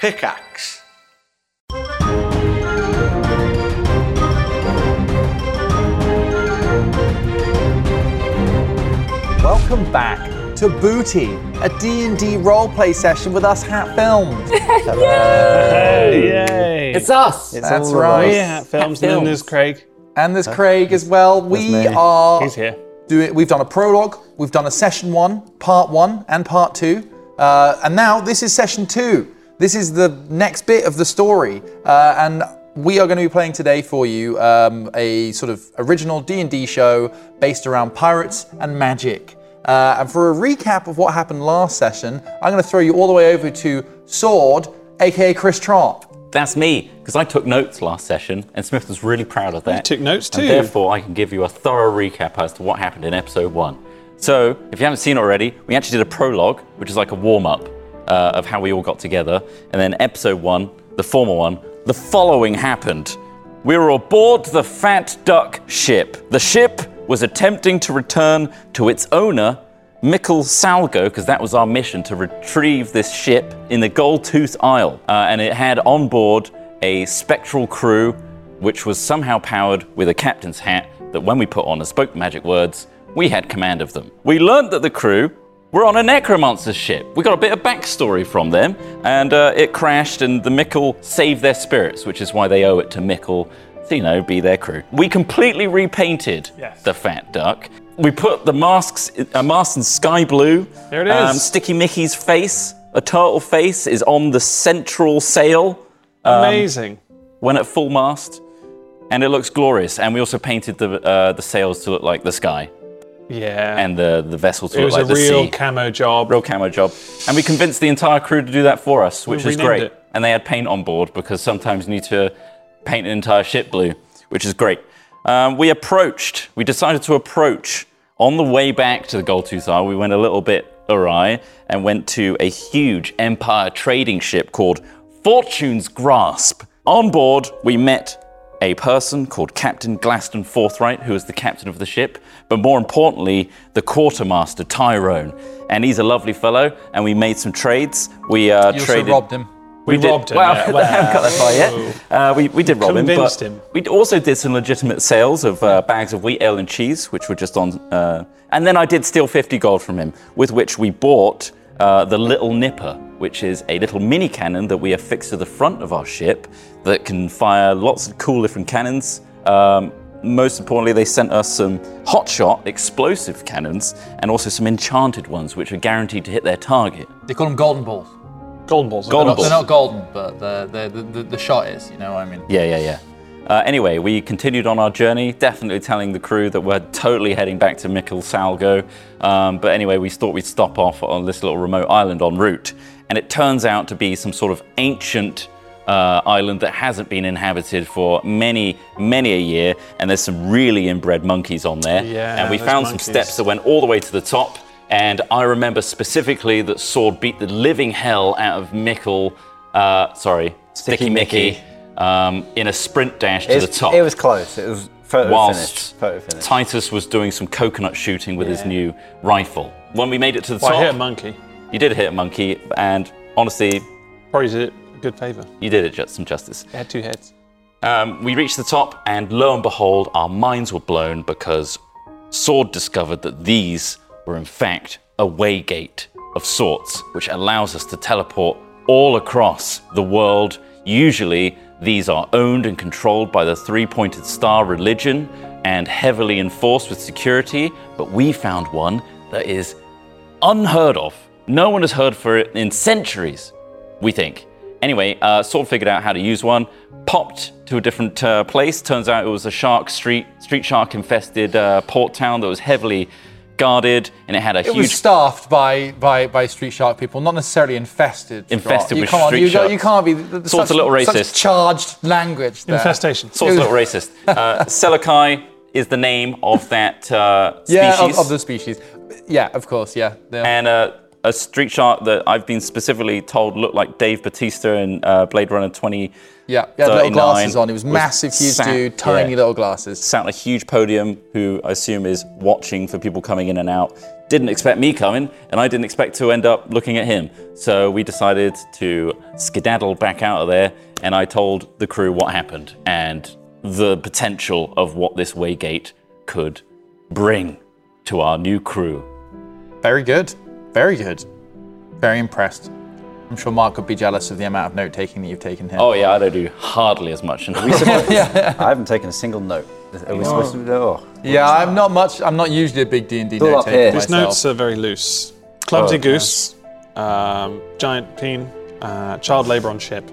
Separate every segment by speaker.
Speaker 1: Pickaxe.
Speaker 2: Welcome back to Booty, a D&D roleplay session with us Hat Films.
Speaker 3: Hey, yay!
Speaker 4: It's us.
Speaker 2: That's
Speaker 3: Oh,
Speaker 2: right.
Speaker 3: yeah, films. And then
Speaker 4: Films.
Speaker 3: there's Craig.
Speaker 2: And there's Craig as well. We are
Speaker 3: He's here.
Speaker 2: doing, we've done a prologue, we've done a session one, part one and part two. Uh, and now this is session two. This is the next bit of the story. Uh, and we are going to be playing today for you um, a sort of original D&D show based around pirates and magic. Uh, and for a recap of what happened last session, I'm going to throw you all the way over to Sword, aka Chris Trott.
Speaker 4: That's me, because I took notes last session, and Smith was really proud of that.
Speaker 3: took notes too.
Speaker 4: And therefore, I can give you a thorough recap as to what happened in episode one. So, if you haven't seen already, we actually did a prologue, which is like a warm up uh, of how we all got together. And then episode one, the formal one, the following happened. We were aboard the Fat Duck ship. The ship was attempting to return to its owner, Mikkel Salgo, because that was our mission to retrieve this ship in the Gold Tooth Isle. Uh, and it had on board a spectral crew, which was somehow powered with a captain's hat that when we put on and spoke the magic words, we had command of them. We learned that the crew were on a necromancer's ship. We got a bit of backstory from them, and uh, it crashed, and the Mikkel saved their spirits, which is why they owe it to Mikkel to, you know, be their crew. We completely repainted
Speaker 3: Yes.
Speaker 4: the Fat Duck. We put the masks, a mask in sky blue. Um,
Speaker 3: There it is.
Speaker 4: Sticky Mickey's face, a turtle face, is on the central sail
Speaker 3: Um, Amazing.
Speaker 4: when at full mast, and it looks glorious. And we also painted the uh, the sails to look like the sky
Speaker 3: Yeah.
Speaker 4: and the the vessel to
Speaker 3: it
Speaker 4: look
Speaker 3: was
Speaker 4: like
Speaker 3: a
Speaker 4: the
Speaker 3: real
Speaker 4: sea.
Speaker 3: camo job.
Speaker 4: real camo job. And we convinced the entire crew to do that for us, which is
Speaker 3: renamed
Speaker 4: great.
Speaker 3: it.
Speaker 4: And they had paint on board because sometimes you need to paint an entire ship blue, which is great. Um, we approached, we decided to approach on the way back to the Gold Tooth Isle. We went a little bit awry and went to a huge empire trading ship called Fortune's Grasp. On board, we met a person called Captain Glaston Forthright, who is the captain of the ship, but more importantly, the quartermaster Tyrone. And he's a lovely fellow, and we made some trades. We uh,
Speaker 2: You also
Speaker 4: traded.
Speaker 2: robbed him.
Speaker 4: We, did-
Speaker 3: robbed him,
Speaker 4: Well,
Speaker 3: yeah.
Speaker 4: I haven't got that far yet. Uh, we, we did rob
Speaker 3: Convinced
Speaker 4: him,
Speaker 3: him.
Speaker 4: but we also did some legitimate sales of uh, bags of wheat, ale, and cheese, which were just on. Uh, and then I did steal 50 gold from him, with which we bought uh, the Little Nipper, which is a little mini cannon that we affix to the front of our ship that can fire lots of cool different cannons. Um, most importantly, they sent us some hot shot explosive cannons and also some enchanted ones, which are guaranteed to hit their target.
Speaker 2: They call them golden balls.
Speaker 3: Golden balls.
Speaker 4: Golden
Speaker 3: They're not-
Speaker 4: balls.
Speaker 2: They're not golden, but the the, the, the shot is. You know what I mean?
Speaker 4: Yeah, yeah, yeah. Uh, anyway, we continued on our journey, definitely telling the crew that we're totally heading back to Mikkel Salgo. Um, but anyway, we thought we'd stop off on this little remote island en route. And it turns out to be some sort of ancient uh, island that hasn't been inhabited for many, many a year. And there's some really inbred monkeys on there.
Speaker 3: Yeah,
Speaker 4: and we
Speaker 3: those
Speaker 4: found
Speaker 3: monkeys.
Speaker 4: some steps that went all the way to the top. And I remember specifically that Sword beat the living hell out of Mikkel, uh, sorry, Sticky,
Speaker 5: Sticky
Speaker 4: Mickey,
Speaker 5: Mickey.
Speaker 4: um, in a sprint dash to
Speaker 5: It's-
Speaker 4: the top.
Speaker 5: It was close. It was photo finish.
Speaker 4: whilst
Speaker 5: Photo finish.
Speaker 4: Titus was doing some coconut shooting with his new rifle. When we made it to the
Speaker 3: Well, I hit a
Speaker 4: top,
Speaker 3: monkey.
Speaker 4: you did hit a monkey, and honestly,
Speaker 3: Probably did it a good favour.
Speaker 4: you did it just some justice.
Speaker 3: It had two heads.
Speaker 4: Um, we reached the top, and lo and behold, our minds were blown because Sword discovered that these were, in fact, a way gate of sorts, which allows us to teleport all across the world. Usually, these are owned and controlled by the three pointed star religion and heavily enforced with security, but we found one that is unheard of. No one has heard for it in centuries, we think. Anyway, uh, Sword figured out how to use one, popped to a different uh, place. Turns out it was a shark street, street shark infested uh, port town that was heavily guarded, and it had a
Speaker 2: It
Speaker 4: huge.
Speaker 2: was staffed by, by by street shark people, not necessarily infested.
Speaker 4: Infested
Speaker 2: you
Speaker 4: with
Speaker 2: can't,
Speaker 4: street
Speaker 2: you,
Speaker 4: sharks.
Speaker 2: You can't be. th- th-
Speaker 4: Sort's a
Speaker 2: such-
Speaker 4: little
Speaker 2: such
Speaker 4: racist.
Speaker 2: charged language. There.
Speaker 3: Uh, Infestation.
Speaker 4: Sword's not racist. Uh, Selakai is the name of that uh,
Speaker 2: Yeah, of,
Speaker 4: species.
Speaker 2: of the species. Yeah, of course. Yeah. they are.
Speaker 4: And uh, a street shark that I've been specifically told looked like Dave Batista in uh, Blade Runner 20.
Speaker 2: Yeah, he had little
Speaker 4: 39,
Speaker 2: glasses on. He was massive, huge
Speaker 4: sat-
Speaker 2: dude, tiny
Speaker 4: yeah.
Speaker 2: little glasses.
Speaker 4: sat on a huge podium who I assume is watching for people coming in and out. Didn't expect me coming, and I didn't expect to end up looking at him. So we decided to skedaddle back out of there, and I told the crew what happened and the potential of what this Waygate could bring to our new crew.
Speaker 2: Very good. Very good. Very impressed. I'm sure Mark would be jealous of the amount of note taking that you've taken here.
Speaker 4: Oh, yeah, I don't do hardly as much.
Speaker 5: I haven't taken a single note. Are we supposed to do that? Oh.
Speaker 2: yeah, I'm not much. I'm not usually a big D&D
Speaker 5: Pull
Speaker 2: note
Speaker 5: up here.
Speaker 2: taker
Speaker 5: This
Speaker 3: These
Speaker 2: myself.
Speaker 3: notes are very loose. Clumsy
Speaker 5: Oh, okay.
Speaker 3: goose, um, giant peen, uh, child labour on ship.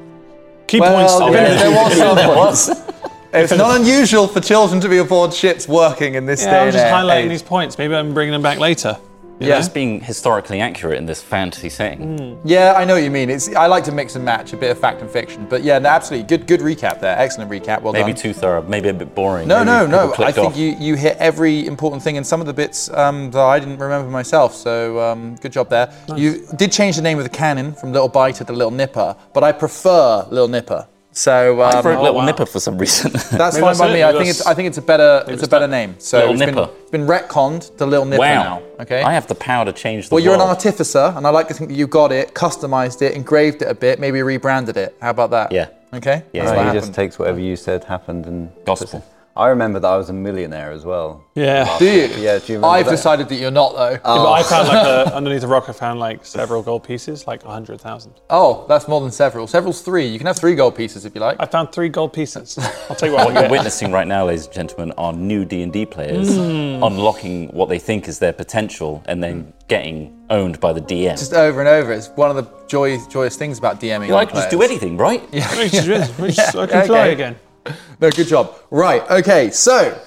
Speaker 3: Key points
Speaker 2: Well,
Speaker 3: are
Speaker 2: there,
Speaker 3: very
Speaker 2: there was some points. It's not unusual for children to be aboard ships working in this
Speaker 3: Yeah,
Speaker 2: day
Speaker 3: I'm just
Speaker 2: and
Speaker 3: highlighting
Speaker 2: age.
Speaker 3: these points. Maybe I'm bringing them back later.
Speaker 2: Yeah. Mm.
Speaker 4: Just being historically accurate in this fantasy setting.
Speaker 2: yeah, I know what you mean. It's I like to mix and match a bit of fact and fiction, but yeah, no, absolutely good. Good recap there. Excellent recap. Well
Speaker 4: Maybe
Speaker 2: done.
Speaker 4: too thorough, maybe a bit boring.
Speaker 2: No,
Speaker 4: maybe
Speaker 2: no,
Speaker 4: people
Speaker 2: no. I
Speaker 4: clicked
Speaker 2: think
Speaker 4: off.
Speaker 2: you, you hit every important thing, and some of the bits um, that I didn't remember myself. So um, good job there. You did change the name of the cannon from Little Bite to the Little Nipper, but I prefer Little Nipper. So um,
Speaker 4: I wrote Little
Speaker 3: wow.
Speaker 4: Nipper for some reason.
Speaker 2: that's
Speaker 3: Maybe
Speaker 2: fine
Speaker 3: that's
Speaker 2: by
Speaker 3: it,
Speaker 2: me.
Speaker 3: maybe
Speaker 2: I think it's
Speaker 3: that's-
Speaker 2: I think it's a better it's a
Speaker 3: it's
Speaker 2: better
Speaker 3: that-
Speaker 2: name. So
Speaker 4: Little
Speaker 2: it's been,
Speaker 4: Nipper.
Speaker 2: it's been retconned to Little Nipper
Speaker 4: Wow.
Speaker 2: now. Okay.
Speaker 4: I have the power to change the
Speaker 2: well, you're an
Speaker 4: world.
Speaker 2: artificer, and I like to think that you got it, customized it, engraved it a bit, maybe rebranded it. How about that?
Speaker 4: Yeah.
Speaker 2: Okay.
Speaker 4: Yeah.
Speaker 2: That's what
Speaker 4: No,
Speaker 5: he
Speaker 2: happened.
Speaker 5: just takes whatever you said happened and
Speaker 4: Gospel.
Speaker 5: puts it- I remember that I was a millionaire as well.
Speaker 3: Yeah.
Speaker 2: do you?
Speaker 5: Yeah, do you remember
Speaker 2: I've
Speaker 5: that? Uh,
Speaker 2: decided that you're not though.
Speaker 3: But I found like a, underneath a rock, I found like several gold pieces, like a hundred thousand.
Speaker 2: Oh, that's more than several. Several's three. You can have three gold pieces if you like.
Speaker 3: I found three gold pieces. I'll tell you what.
Speaker 4: What
Speaker 3: I'll
Speaker 4: you're
Speaker 3: get.
Speaker 4: witnessing right now, ladies and gentlemen, are new D&D players
Speaker 2: Hmm.
Speaker 4: unlocking what they think is their potential and then getting owned by the DM.
Speaker 2: Just over and over. It's one of the joy, joyous things about E. DMing.
Speaker 4: you like to just do anything, right?
Speaker 3: We should do this. We should- I
Speaker 2: Yeah,
Speaker 3: can fly
Speaker 2: okay.
Speaker 3: again.
Speaker 2: No, good job. Right. Okay. So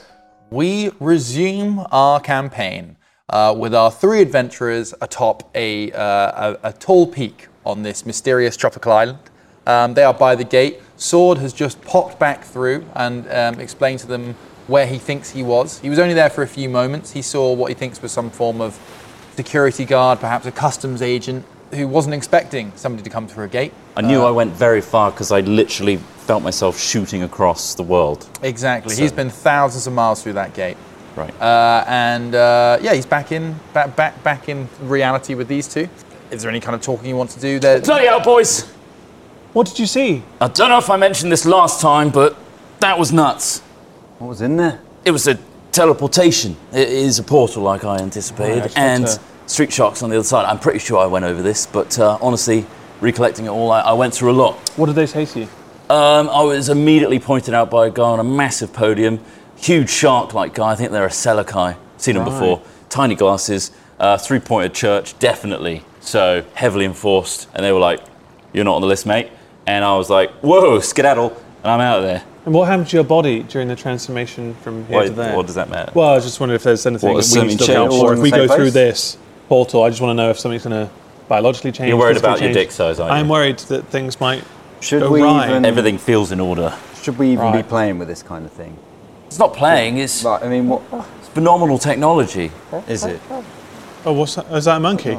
Speaker 2: we resume our campaign uh, with our three adventurers atop a, uh, a, a tall peak on this mysterious tropical island. Um, they are by the gate. Sword has just popped back through and um, explained to them where he thinks he was. He was only there for a few moments. He saw what he thinks was some form of security guard, perhaps a customs agent, who wasn't expecting somebody to come through a gate.
Speaker 4: I knew I went very far because I literally felt myself shooting across the world.
Speaker 2: Exactly. He's been thousands of miles through that gate.
Speaker 4: Right.
Speaker 2: Uh, and uh, yeah, he's back in back, back back in reality with these two. Is there any kind of talking you want to do there?
Speaker 4: Bloody hell, boys!
Speaker 3: What did you see?
Speaker 4: I don't know if I mentioned this last time, but that was nuts.
Speaker 5: What was in there?
Speaker 4: It was a teleportation. It is a portal, like I anticipated,
Speaker 3: Right,
Speaker 4: and
Speaker 3: that's
Speaker 4: street sharks on the other side. I'm pretty sure I went over this, but uh, honestly, recollecting it all, I, I went through a lot.
Speaker 3: What did they say to you?
Speaker 4: Um, I was immediately pointed out by a guy on a massive podium, huge shark-like guy. I think they're a Selikai. Seen him before. Tiny glasses, uh, three-pointed church, definitely. So heavily enforced, and they were like, "You're not on the list, mate." And I was like, "Whoa, skedaddle!" And I'm out of there.
Speaker 3: And what happened to your body during the transformation from here
Speaker 4: Why-
Speaker 3: to there?
Speaker 4: what does that matter?
Speaker 3: Well, I was just wondering if there's anything
Speaker 4: What,
Speaker 3: that we
Speaker 4: something
Speaker 3: need to look out
Speaker 4: changed?
Speaker 3: for.
Speaker 5: All
Speaker 3: If
Speaker 5: in
Speaker 3: we
Speaker 5: the
Speaker 3: go
Speaker 5: same
Speaker 3: through
Speaker 5: place?
Speaker 3: this portal, I just want to know if something's going to biologically change.
Speaker 4: You're worried
Speaker 3: physically
Speaker 4: about your
Speaker 3: change.
Speaker 4: dick size, aren't you?
Speaker 3: I'm worried that things might.
Speaker 5: Should
Speaker 3: Oh,
Speaker 5: we
Speaker 3: right.
Speaker 5: even
Speaker 4: Everything feels in order.
Speaker 5: should we even
Speaker 3: Right.
Speaker 5: be playing with this kind of thing?
Speaker 4: It's not playing. It's
Speaker 5: Like, I mean, what
Speaker 4: phenomenal technology.
Speaker 5: is it?
Speaker 3: Oh, what's that? Is that a monkey?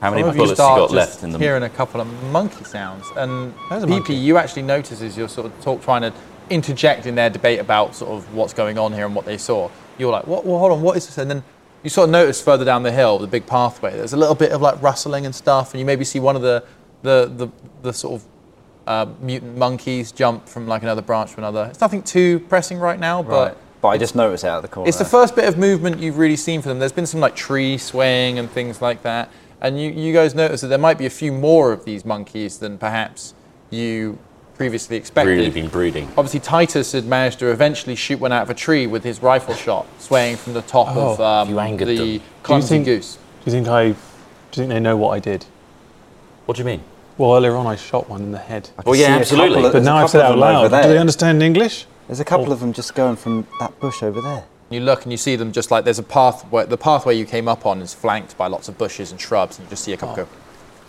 Speaker 4: How many
Speaker 2: Some of you
Speaker 4: bullets you
Speaker 2: start
Speaker 4: got
Speaker 2: just
Speaker 4: left in them?
Speaker 2: hearing a couple of monkey sounds, and
Speaker 3: There's a
Speaker 2: PP,
Speaker 3: monkey.
Speaker 2: you actually notice as you're sort of talk, trying to interject in their debate about sort of what's going on here and what they saw. You're like, what? Well, hold on, what is this? And then you sort of notice further down the hill, the big pathway. There's a little bit of like rustling and stuff, and you maybe see one of the the the, the sort of uh, mutant monkeys jump from like another branch to another. It's nothing too pressing right now,
Speaker 5: Right.
Speaker 2: but
Speaker 5: But I just noticed it out of the corner.
Speaker 2: it's the first bit of movement you've really seen for them. There's been some like tree swaying and things like that. And you, you guys notice that there might be a few more of these monkeys than perhaps you previously expected.
Speaker 4: Really been breeding.
Speaker 2: Obviously, Titus had managed to eventually shoot one out of a tree with his rifle shot, swaying from the top of
Speaker 3: Oh,
Speaker 2: um,
Speaker 4: you angered them. Do
Speaker 2: the
Speaker 4: you
Speaker 2: clumsy
Speaker 3: think-
Speaker 2: goose.
Speaker 3: Do you think I? Do you think they know what I did?
Speaker 4: What do you mean?
Speaker 3: Well, earlier on, I shot one in the head.
Speaker 5: I can
Speaker 4: yeah,
Speaker 5: see a
Speaker 4: absolutely.
Speaker 5: couple of-
Speaker 3: But
Speaker 5: there's a
Speaker 3: now I've said it
Speaker 5: couple
Speaker 3: out
Speaker 5: of them over
Speaker 3: loud. Do
Speaker 5: there.
Speaker 3: they understand English?
Speaker 5: There's a couple of them just going from that bush over there.
Speaker 2: You look and you see them just like there's a path where the pathway you came up on is flanked by lots of bushes and shrubs, and you just see a couple
Speaker 4: Oh.
Speaker 2: go.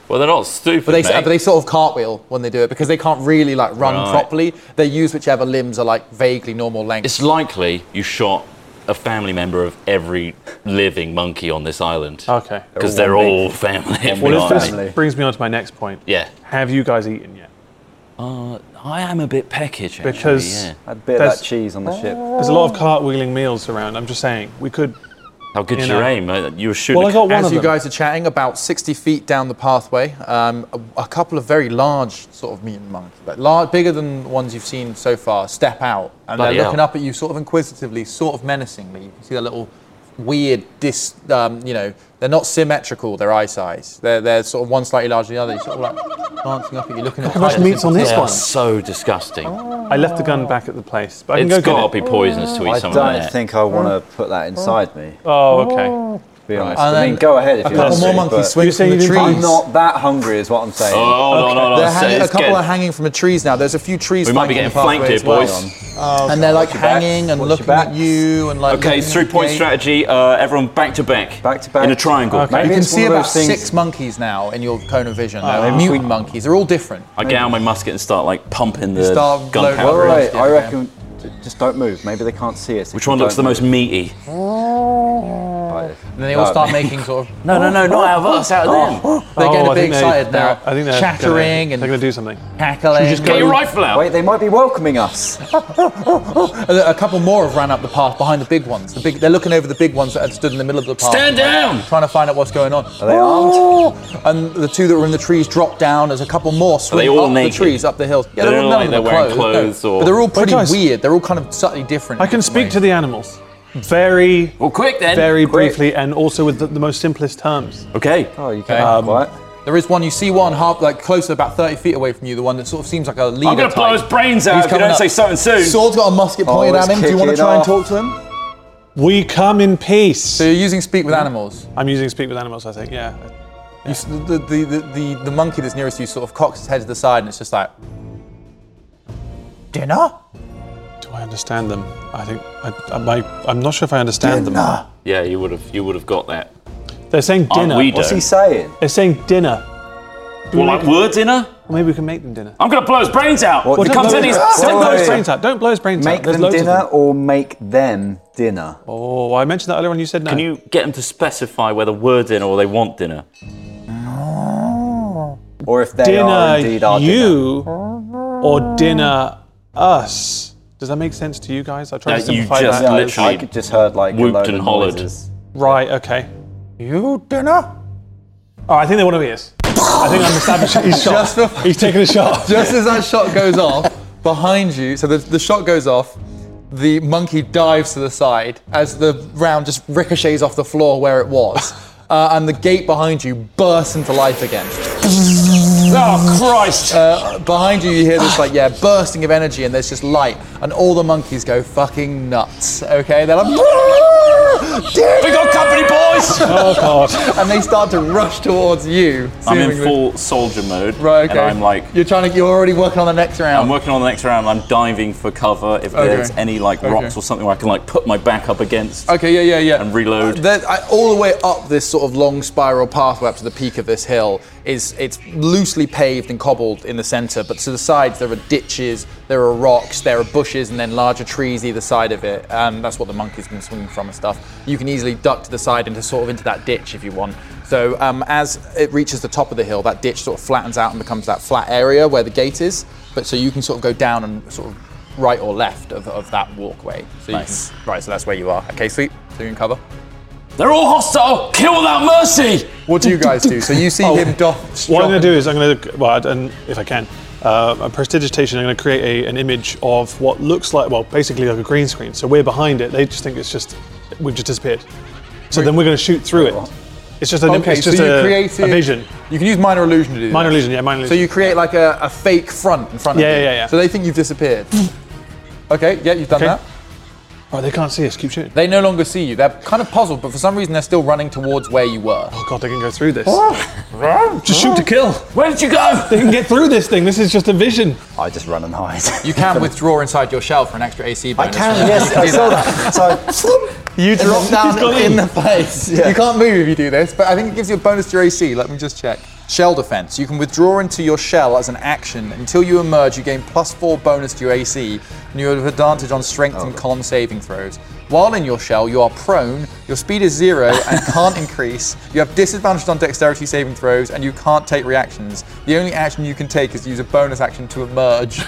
Speaker 4: Well, they're not stupid,
Speaker 2: But they,
Speaker 4: mate.
Speaker 2: but they sort of cartwheel when they do it because they can't really like run
Speaker 4: Right.
Speaker 2: properly. They use whichever limbs are like vaguely normal length.
Speaker 4: It's likely you shot a family member of every living monkey on this island.
Speaker 3: Okay.
Speaker 4: Because
Speaker 5: They're
Speaker 4: they're
Speaker 5: all one
Speaker 4: all family.
Speaker 5: big
Speaker 4: aren't
Speaker 3: Well, if
Speaker 4: they?
Speaker 5: family.
Speaker 3: this brings me on to my next point.
Speaker 4: Yeah.
Speaker 3: Have you guys eaten yet?
Speaker 4: I am a bit peckish, actually.
Speaker 3: Because-
Speaker 4: yeah.
Speaker 5: A bit of
Speaker 3: That's-
Speaker 5: that cheese on the ship.
Speaker 3: There's a lot of cartwheeling meals around. I'm just saying, we could.
Speaker 4: How good
Speaker 3: You
Speaker 4: is your
Speaker 3: know.
Speaker 4: aim? Uh, You were shooting.
Speaker 3: Well, I
Speaker 4: a
Speaker 3: got
Speaker 4: cat.
Speaker 3: one
Speaker 2: As
Speaker 3: of
Speaker 2: you
Speaker 3: them.
Speaker 2: guys are chatting, about 60 feet down the pathway, um, a, a couple of very large, sort of mean monkeys, but large, bigger than ones you've seen so far, step out. And
Speaker 4: Bloody
Speaker 2: they're
Speaker 4: hell.
Speaker 2: looking up at you sort of inquisitively, sort of menacingly. You can see their little weird, dis, um, you know, they're not symmetrical, their eye size. They're, they're sort of one slightly larger than the other. You're sort of like glancing up at you, looking at
Speaker 3: how much
Speaker 2: Titus
Speaker 3: meat's
Speaker 2: in
Speaker 3: on this
Speaker 4: They
Speaker 2: particular.
Speaker 4: are so disgusting.
Speaker 3: I left the gun back at the place, but I can
Speaker 4: it's
Speaker 3: go get
Speaker 4: got
Speaker 3: it.
Speaker 4: to be poisonous to eat
Speaker 5: I
Speaker 4: some of that.
Speaker 5: don't think I want to put that inside me. To
Speaker 3: Oh, okay.
Speaker 5: be honest,
Speaker 2: And
Speaker 5: I mean,
Speaker 2: then
Speaker 5: go ahead if you want
Speaker 2: couple
Speaker 5: to.
Speaker 2: more
Speaker 5: but
Speaker 2: monkeys
Speaker 3: You
Speaker 2: swing
Speaker 3: say
Speaker 2: from the
Speaker 3: you didn't-
Speaker 2: trees.
Speaker 5: I'm not that hungry, is what I'm saying.
Speaker 4: Oh no, no, no!
Speaker 2: They're
Speaker 4: it's-
Speaker 2: hanging, a
Speaker 4: it's
Speaker 2: couple
Speaker 4: getting-
Speaker 2: are hanging from the trees now. There's a few trees.
Speaker 4: We might
Speaker 2: flanking
Speaker 4: be getting
Speaker 2: the pathway
Speaker 4: flanked here,
Speaker 2: as well.
Speaker 4: boys.
Speaker 2: and they're like
Speaker 5: Watch your backs.
Speaker 2: hanging
Speaker 5: Watch
Speaker 2: and
Speaker 5: your
Speaker 2: looking at
Speaker 5: backs.
Speaker 2: you and like.
Speaker 4: Okay,
Speaker 2: looking
Speaker 4: three point
Speaker 2: at you.
Speaker 4: strategy. Uh, everyone back to back.
Speaker 5: Back to back.
Speaker 4: In a triangle.
Speaker 3: Okay.
Speaker 2: You
Speaker 5: Maybe
Speaker 2: can
Speaker 5: it's one
Speaker 2: see
Speaker 5: of
Speaker 2: about
Speaker 5: those things-
Speaker 2: six monkeys now in your cone of vision. They're
Speaker 5: maybe
Speaker 2: mutant
Speaker 5: we-
Speaker 2: monkeys. They're all different.
Speaker 4: I get out my musket and start like pumping the
Speaker 2: Start blowing-
Speaker 5: Well,
Speaker 4: gunpowder.
Speaker 2: Well,
Speaker 5: wait,
Speaker 2: yeah,
Speaker 5: I
Speaker 2: yeah.
Speaker 5: reckon j- just don't move. Maybe they can't see us. if
Speaker 4: Which
Speaker 5: we
Speaker 4: one looks the
Speaker 5: don't
Speaker 4: most meaty?
Speaker 5: move.
Speaker 2: And then they all
Speaker 5: No,
Speaker 2: start making sort of.
Speaker 4: No, no, no, not out of us, out of them.
Speaker 2: They're
Speaker 3: Oh,
Speaker 2: getting
Speaker 3: I
Speaker 2: a
Speaker 3: think
Speaker 2: bit
Speaker 3: they-
Speaker 2: excited now.
Speaker 3: I think they're
Speaker 2: chattering
Speaker 3: gonna,
Speaker 2: and
Speaker 3: they're going to do something.
Speaker 2: cackling.
Speaker 4: Get your rifle out.
Speaker 5: Wait, they might be welcoming us.
Speaker 2: a, a couple more have ran up the path behind the big ones. The big, they're looking over the big ones that had stood in the middle of the path.
Speaker 4: Stand down.
Speaker 2: Trying to find out what's going on. Are
Speaker 5: they armed?
Speaker 2: And the two that were in the trees drop down. There's a couple more swing
Speaker 4: all
Speaker 2: up
Speaker 4: naked?
Speaker 2: the trees, up the hills. Yeah,
Speaker 4: They're
Speaker 2: they're all
Speaker 4: not like
Speaker 2: none of them
Speaker 4: they're
Speaker 2: are
Speaker 4: wearing clothes
Speaker 2: no.
Speaker 4: or-
Speaker 2: But they're all pretty
Speaker 3: guys-
Speaker 2: weird. They're all kind of subtly different.
Speaker 3: I can speak to the animals very,
Speaker 4: Well, quick then.
Speaker 3: very briefly and also with the, the most simplest terms.
Speaker 4: Okay.
Speaker 5: Oh, you can't quiet.
Speaker 2: There is one you see one half like closer, about thirty feet away from you. The one that sort of seems like a leader.
Speaker 4: I'm gonna blow
Speaker 2: type.
Speaker 4: his brains out if you
Speaker 2: coming
Speaker 4: don't
Speaker 2: up.
Speaker 4: say something soon.
Speaker 2: Sword's got a musket
Speaker 5: Oh,
Speaker 2: pointed
Speaker 5: it's
Speaker 2: at him. Do you want to
Speaker 5: kicking
Speaker 2: try and
Speaker 5: off.
Speaker 2: talk to him?
Speaker 3: We come in peace.
Speaker 2: So you're using speak with animals.
Speaker 3: I'm using speak with animals, I think. Yeah.
Speaker 2: Mm-hmm. You, s- the, the, the, the, the monkey that's nearest to you sort of cocks his head to the side, and it's just like dinner.
Speaker 3: Do I understand them? I think I, I, my, I'm not sure if I understand them.
Speaker 4: Yeah, you would have, you would have got that.
Speaker 3: They're saying
Speaker 4: Aren't
Speaker 3: dinner.
Speaker 4: Oh, we
Speaker 5: What's
Speaker 4: dough?
Speaker 5: he saying?
Speaker 3: They're saying dinner.
Speaker 4: Well, like words in her.
Speaker 3: Or maybe we can make them dinner.
Speaker 4: I'm gonna blow his brains out.
Speaker 5: What-
Speaker 4: If he
Speaker 5: What-
Speaker 4: comes in, he's
Speaker 5: What-
Speaker 4: still
Speaker 3: don't blow
Speaker 4: goes
Speaker 3: his
Speaker 5: Sorry.
Speaker 3: brains out. Don't blow his brains
Speaker 5: Make
Speaker 3: out. There's
Speaker 5: them
Speaker 3: loads of
Speaker 5: dinner
Speaker 3: them.
Speaker 5: or make them dinner?
Speaker 3: Oh, I mentioned that earlier on. You said no.
Speaker 4: Can you get them to specify whether we're dinner or they want dinner?
Speaker 5: Or if they are oh, indeed
Speaker 3: dinner
Speaker 5: our dinner.
Speaker 3: you or dinner us? Does that make sense to you guys? I try to
Speaker 4: No, you
Speaker 3: simplify
Speaker 4: just
Speaker 3: that.
Speaker 5: Yeah,
Speaker 4: literally
Speaker 5: I could just heard like a
Speaker 4: whooped
Speaker 5: load
Speaker 4: and
Speaker 5: of
Speaker 4: hollered.
Speaker 5: noises.
Speaker 3: Right. Okay.
Speaker 2: You dinner?
Speaker 3: Oh, I think they want to be us. I think I'm establishing. He's shot.
Speaker 2: Just for-
Speaker 3: he's taking a shot.
Speaker 2: Just as that shot goes off, behind you, so the, the shot goes off, the monkey dives to the side as the round just ricochets off the floor where it was. Uh, and the gate behind you bursts into life again.
Speaker 3: oh Christ!
Speaker 2: Uh, behind you, you hear this like, yeah, bursting of energy, and there's just light, and all the monkeys go fucking nuts. Okay, they're like,
Speaker 4: We got company, boys.
Speaker 3: oh God!
Speaker 2: and they start to rush towards you.
Speaker 4: I'm in
Speaker 2: seemingly.
Speaker 4: full soldier mode.
Speaker 2: Right, okay.
Speaker 4: And I'm like,
Speaker 2: you're trying to, you're already working on the next round.
Speaker 4: I'm working on the next round. I'm diving for cover. If there's any like
Speaker 2: Okay.
Speaker 4: rocks or something where I can like put my back up against.
Speaker 2: Okay, yeah, yeah, yeah.
Speaker 4: And reload.
Speaker 2: Uh, that- I- all the way up this sort of long spiral pathway up to the peak of this hill is it's loosely paved and cobbled in the centre, but to the sides there are ditches, there are rocks, there are bushes, and then larger trees either side of it. And that's what the monkey's been swinging from and stuff. You can easily duck to the side into sort of into that ditch if you want. So um, as it reaches the top of the hill, that ditch sort of flattens out and becomes that flat area where the gate is. But so you can sort of go down and sort of right or left of, of that walkway. So
Speaker 4: Nice.
Speaker 2: you can, right, so that's where you are. Okay, sweet. So you're in cover.
Speaker 4: They're all hostile. Kill without mercy.
Speaker 2: What do you guys do? So you see him doff.
Speaker 3: Oh. What I'm going to do is I'm going to, well, and if I can, uh, a prestidigitation. I'm going to create a, an image of what looks like, well, basically like a green screen. So we're behind it. They just think it's just we've just disappeared. So then we're going to shoot through it. It's just an,
Speaker 2: Okay,
Speaker 3: it's just
Speaker 2: so you
Speaker 3: a,
Speaker 2: created
Speaker 3: a vision.
Speaker 2: You can use minor illusion to do
Speaker 3: Minor
Speaker 2: this.
Speaker 3: illusion, yeah, minor
Speaker 2: So
Speaker 3: illusion.
Speaker 2: you create like a, a fake front in front
Speaker 3: Yeah,
Speaker 2: of you.
Speaker 3: yeah, yeah.
Speaker 2: So they think you've disappeared. okay, yeah, you've done
Speaker 3: Okay.
Speaker 2: that.
Speaker 3: Oh, they can't see us. Keep shooting.
Speaker 2: They no longer see you. They're kind of puzzled, but for some reason they're still running towards where you were.
Speaker 3: Oh God, they can go through this. just shoot to kill.
Speaker 4: Where did you go?
Speaker 3: They can get through this thing. This is just a vision.
Speaker 5: I just run and hide.
Speaker 2: You can withdraw inside your shell for an extra AC
Speaker 5: I
Speaker 2: bonus.
Speaker 5: can, yes, I saw that. So,
Speaker 2: You drop down
Speaker 3: gone
Speaker 2: in
Speaker 3: in.
Speaker 2: the face.
Speaker 5: Yeah.
Speaker 2: You can't move if you do this, but I think it gives you a bonus to AC. Let me just check. Shell defense. You can withdraw into your shell as an action. Until you
Speaker 4: Oh.
Speaker 2: emerge, you gain plus four bonus to your AC, and you have advantage on strength and con saving throws. While in your shell, you are prone, your speed is zero and can't increase, you have disadvantage on dexterity saving throws, and you can't take reactions. The only action you can take is to use a bonus action to emerge.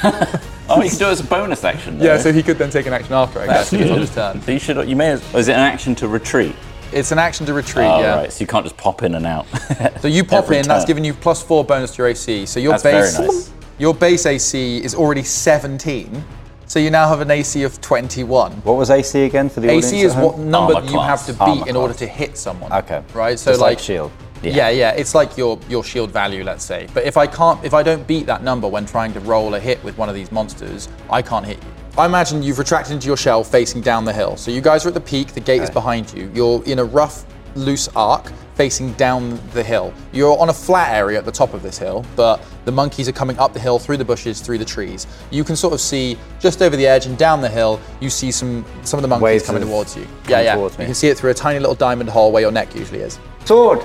Speaker 4: Oh, you can do it as a bonus action. though.
Speaker 2: yeah, so he could then take an action after, I guess, if it's on his turn.
Speaker 4: So you should. You may. As, oh, is it an action to retreat?
Speaker 2: It's an action to retreat,
Speaker 4: Oh,
Speaker 2: yeah.
Speaker 4: right. So you can't just pop in and out.
Speaker 2: So you pop
Speaker 4: Every
Speaker 2: in, that's
Speaker 4: turn.
Speaker 2: giving you plus four bonus to your AC. So your
Speaker 4: That's very
Speaker 2: base
Speaker 4: nice.
Speaker 2: your base AC is already 17. So you now have an AC of 21.
Speaker 5: What was AC again for the audience?
Speaker 2: AC is
Speaker 5: at home?
Speaker 2: what number
Speaker 4: Armor
Speaker 2: you have to beat
Speaker 5: Armor
Speaker 2: in
Speaker 5: class.
Speaker 2: order to hit someone.
Speaker 5: Okay.
Speaker 2: Right? So
Speaker 5: Just
Speaker 2: like,
Speaker 5: like shield.
Speaker 2: Yeah. yeah, It's like your your shield value, let's say. But if I can't if I don't beat that number when trying to roll a hit with one of these monsters, I can't hit you. I imagine you've retracted into your shell facing down the hill. So you guys are at the peak, the gate is
Speaker 5: Okay.
Speaker 2: behind you. You're in a rough, loose arc facing down the hill. You're on a flat area at the top of this hill, but the monkeys are coming up the hill through the bushes, through the trees. You can sort of see just over the edge and down the hill, you see some some of the monkeys
Speaker 5: Waves
Speaker 2: coming
Speaker 5: of-
Speaker 2: towards you.
Speaker 5: coming
Speaker 2: Yeah, yeah.
Speaker 5: towards me.
Speaker 2: You can see it through a tiny little diamond hole where your neck usually is.
Speaker 5: Sword!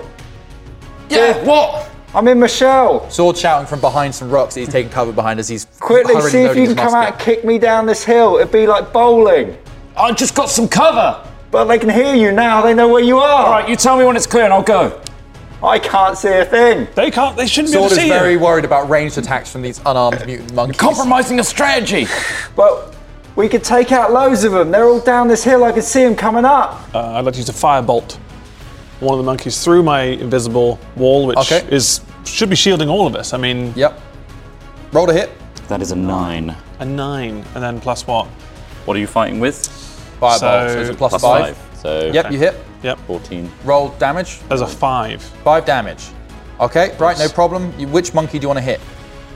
Speaker 2: Yeah, what?
Speaker 5: I'm in my shell!
Speaker 2: Sword shouting from behind some rocks that he's taking cover behind as he's
Speaker 5: Quickly,
Speaker 2: hurriedly
Speaker 5: see if
Speaker 2: loading
Speaker 5: you can
Speaker 2: his
Speaker 5: come out
Speaker 2: musket.
Speaker 5: and kick me down this hill. It'd be like bowling.
Speaker 1: I just got some cover.
Speaker 5: But they can hear you now, they know where you are.
Speaker 1: All right, you tell me when it's clear and I'll go.
Speaker 5: I can't see a thing.
Speaker 3: They can't. They shouldn't
Speaker 2: Sword
Speaker 3: be
Speaker 2: is
Speaker 3: able to see
Speaker 2: very
Speaker 3: you.
Speaker 2: worried about ranged attacks from these unarmed mutant monkeys.
Speaker 1: Compromising a strategy.
Speaker 5: But we could take out loads of them. They're all down this hill. I can see them coming up.
Speaker 3: Uh, I'd like to use a firebolt. One of the monkeys through my invisible wall, which
Speaker 2: Okay.
Speaker 3: is should be shielding all of us. I mean,
Speaker 2: Yep. Roll to hit.
Speaker 4: that is a nine.
Speaker 3: a nine, and then plus what?
Speaker 4: What are you fighting with?
Speaker 2: Fireball. So,
Speaker 3: So-
Speaker 2: it's a plus,
Speaker 4: Plus
Speaker 2: five.
Speaker 4: five. So
Speaker 2: Yep, you hit.
Speaker 3: Yep,
Speaker 4: fourteen.
Speaker 2: Roll damage.
Speaker 3: there's a five.
Speaker 2: Five damage. Okay, right, no problem. You, which monkey do you want to hit?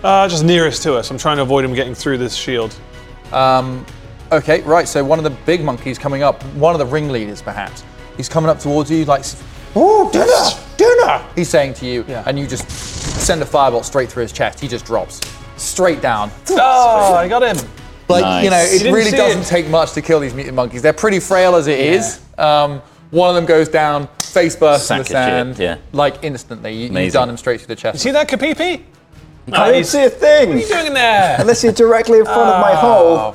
Speaker 3: Uh, just nearest to us. I'm trying to avoid him getting through this shield.
Speaker 2: Okay, right, so one of the big monkeys coming up, one of the ringleaders perhaps, he's coming up towards you like, Oh, dinner, dinner, he's saying to you, and you just send a firebolt straight through his chest. He just drops straight down.
Speaker 3: Oh, I got him.
Speaker 2: Like, you know,
Speaker 4: Nice. You
Speaker 2: it
Speaker 3: didn't
Speaker 2: really
Speaker 3: see
Speaker 2: doesn't
Speaker 3: it.
Speaker 2: take much to kill these mutant monkeys. They're pretty frail as it is. Um, one of them goes down, face bursts
Speaker 4: Sack
Speaker 2: in the
Speaker 4: of shit,
Speaker 2: sand,
Speaker 4: yeah.
Speaker 2: like instantly. You, you've
Speaker 4: Amazing.
Speaker 2: done him straight through the chest.
Speaker 3: See that, Kapipi?
Speaker 5: I don't see a thing.
Speaker 3: What are you doing Ah. there?
Speaker 5: Unless you're directly in front of my hole,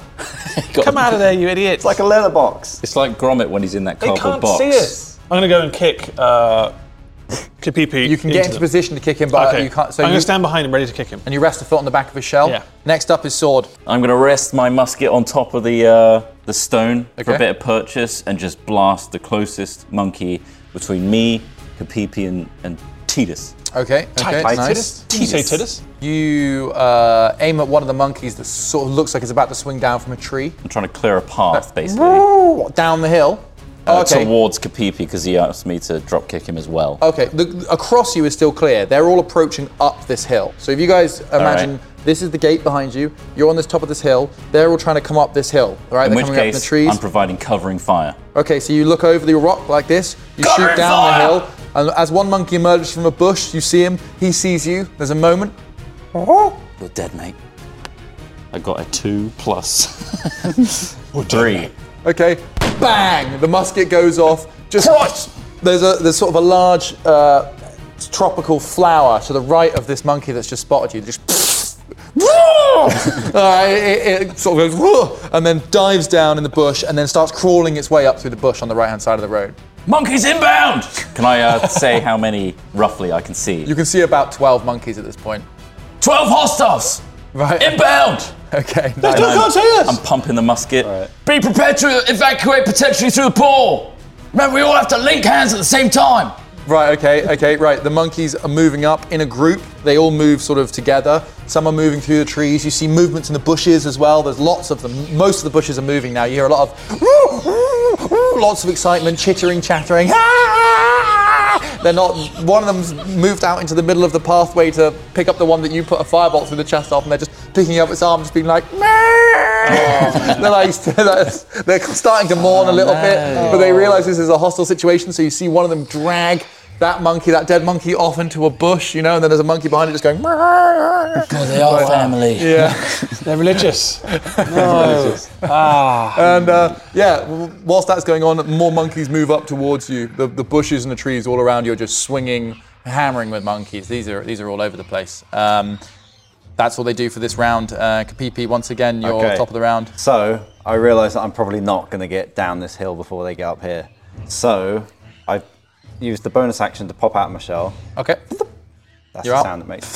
Speaker 3: Come out of there, you idiot!
Speaker 5: like a leather box.
Speaker 4: It's like Gromit when he's in that
Speaker 3: they
Speaker 4: cardboard
Speaker 3: can't
Speaker 4: box.
Speaker 3: see it. I'm gonna go and kick uh, Kapipi.
Speaker 2: you can get into
Speaker 3: them.
Speaker 2: position to kick him, but
Speaker 3: Okay.
Speaker 2: you can't. So
Speaker 3: I'm
Speaker 2: you,
Speaker 3: gonna stand behind him, ready to kick him.
Speaker 2: and you rest a foot on the back of his shell.
Speaker 3: Yeah.
Speaker 2: Next up is sword.
Speaker 4: I'm gonna rest my musket on top of the uh, the stone for
Speaker 2: Okay.
Speaker 4: a bit of purchase and just blast the closest monkey between me, Kapipi, and, and Titus.
Speaker 2: Okay, okay, nice.
Speaker 3: Titus? Did you say Titus?
Speaker 2: You uh, aim at one of the monkeys that sort of looks like it's about to swing down from a tree.
Speaker 4: I'm trying to clear a path basically
Speaker 2: Woo! Down the hill.
Speaker 4: uh,
Speaker 2: okay. Oh,
Speaker 4: towards Kapipi because he asked me to drop kick him as well.
Speaker 2: Okay, the, across you is still clear. They're all approaching up this hill. So if you guys imagine, this is the gate behind you. You're on this top of this hill. They're all trying to come up this hill. All right,
Speaker 4: in
Speaker 2: they're
Speaker 4: which
Speaker 2: coming up in
Speaker 4: case,
Speaker 2: the trees.
Speaker 4: I'm providing covering fire.
Speaker 2: okay, so you look over the rock like this. You shoot down the hill, and as one monkey emerges from a bush, you see him. He sees you. There's a moment.
Speaker 4: You're dead, mate. I got a two plus three.
Speaker 2: Okay, bang! The musket goes off. Just there's a there's sort of a large uh, tropical flower to the right of this monkey that's just spotted you. Just uh, it, it sort of goes "Whoa," and then dives down in the bush and then starts crawling its way up through the bush on the right hand side of the road.
Speaker 4: Monkeys inbound! Can I uh, say how many roughly I can see?
Speaker 2: You can see about 12 monkeys at this point.
Speaker 4: Twelve hostiles
Speaker 2: Right.
Speaker 4: inbound.
Speaker 2: Okay.
Speaker 4: And
Speaker 2: nice.
Speaker 4: I'm- I'm pumping the musket.
Speaker 1: Be prepared to evacuate potentially through the pool. Remember, we all have to link hands at the same time.
Speaker 2: Right, okay, okay, right. The monkeys are moving up in a group. They all move sort of together. Some are moving through the trees. You see movements in the bushes as well. There's lots of them. Most of the bushes are moving now. You hear a lot of lots of excitement, chittering, chattering. Ah! They're not one of them's moved out into the middle of the pathway to pick up the one that you put a firebolt through the chest off and they're just picking up its arm, just being like they're like they're starting to mourn a little bit, but they realise this is a hostile situation. So you see one of them drag that monkey, that dead monkey, off into a bush, you know, and then there's a monkey behind it just going.
Speaker 1: They are family.
Speaker 3: They're religious.
Speaker 2: And uh, yeah, w- whilst that's going on, more monkeys move up towards you. The, the bushes and the trees all around you are just swinging, hammering with monkeys. These are these are all over the place. Um, that's all they do for this round. Uh, Kapipi, once again, you're
Speaker 5: Okay.
Speaker 2: top of the round.
Speaker 5: So
Speaker 6: I realise that I'm probably not going to get down this hill before they get up here. So I used the bonus action to pop out of my shell.
Speaker 2: Okay.
Speaker 6: That's
Speaker 2: You're
Speaker 6: the
Speaker 2: up.
Speaker 6: sound it makes.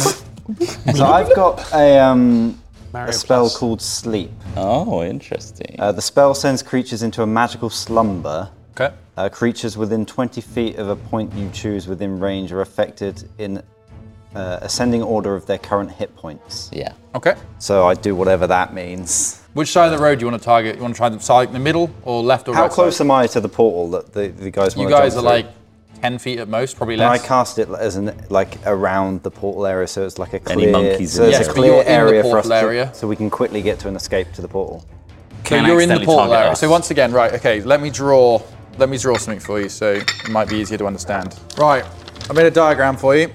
Speaker 6: so I've got a, um, a spell called Sleep.
Speaker 4: Oh, interesting.
Speaker 6: Uh, the spell sends creatures into a magical slumber.
Speaker 2: Okay.
Speaker 6: Uh, creatures within 20 feet of a point you choose within range are affected in uh, ascending order of their current hit points.
Speaker 4: yeah.
Speaker 2: Okay.
Speaker 6: So I do whatever that means.
Speaker 2: Which side of the road do you want to target? You want to try the side, the middle, or left or
Speaker 6: How
Speaker 2: right?
Speaker 6: close
Speaker 2: side?
Speaker 6: am I to the portal that the, the guys
Speaker 2: You
Speaker 6: want
Speaker 2: guys are like ten feet at most, probably
Speaker 6: And I
Speaker 2: less.
Speaker 6: cast it as an like around the portal area, so it's like a clear,
Speaker 4: Any monkeys
Speaker 6: so
Speaker 4: in there?
Speaker 6: it's
Speaker 4: Yes,
Speaker 6: a
Speaker 4: but
Speaker 6: clear
Speaker 2: you're in the
Speaker 6: area for us,
Speaker 2: portal
Speaker 6: to-
Speaker 2: area.
Speaker 6: so we can quickly get to an escape to the portal.
Speaker 2: So
Speaker 4: Can
Speaker 2: you're in the
Speaker 4: accidentally
Speaker 2: portal
Speaker 4: target
Speaker 2: area.
Speaker 4: us.
Speaker 2: So once again, right? Okay, let me draw. Let me draw something for you, so it might be easier to understand. Right, I made a diagram for you.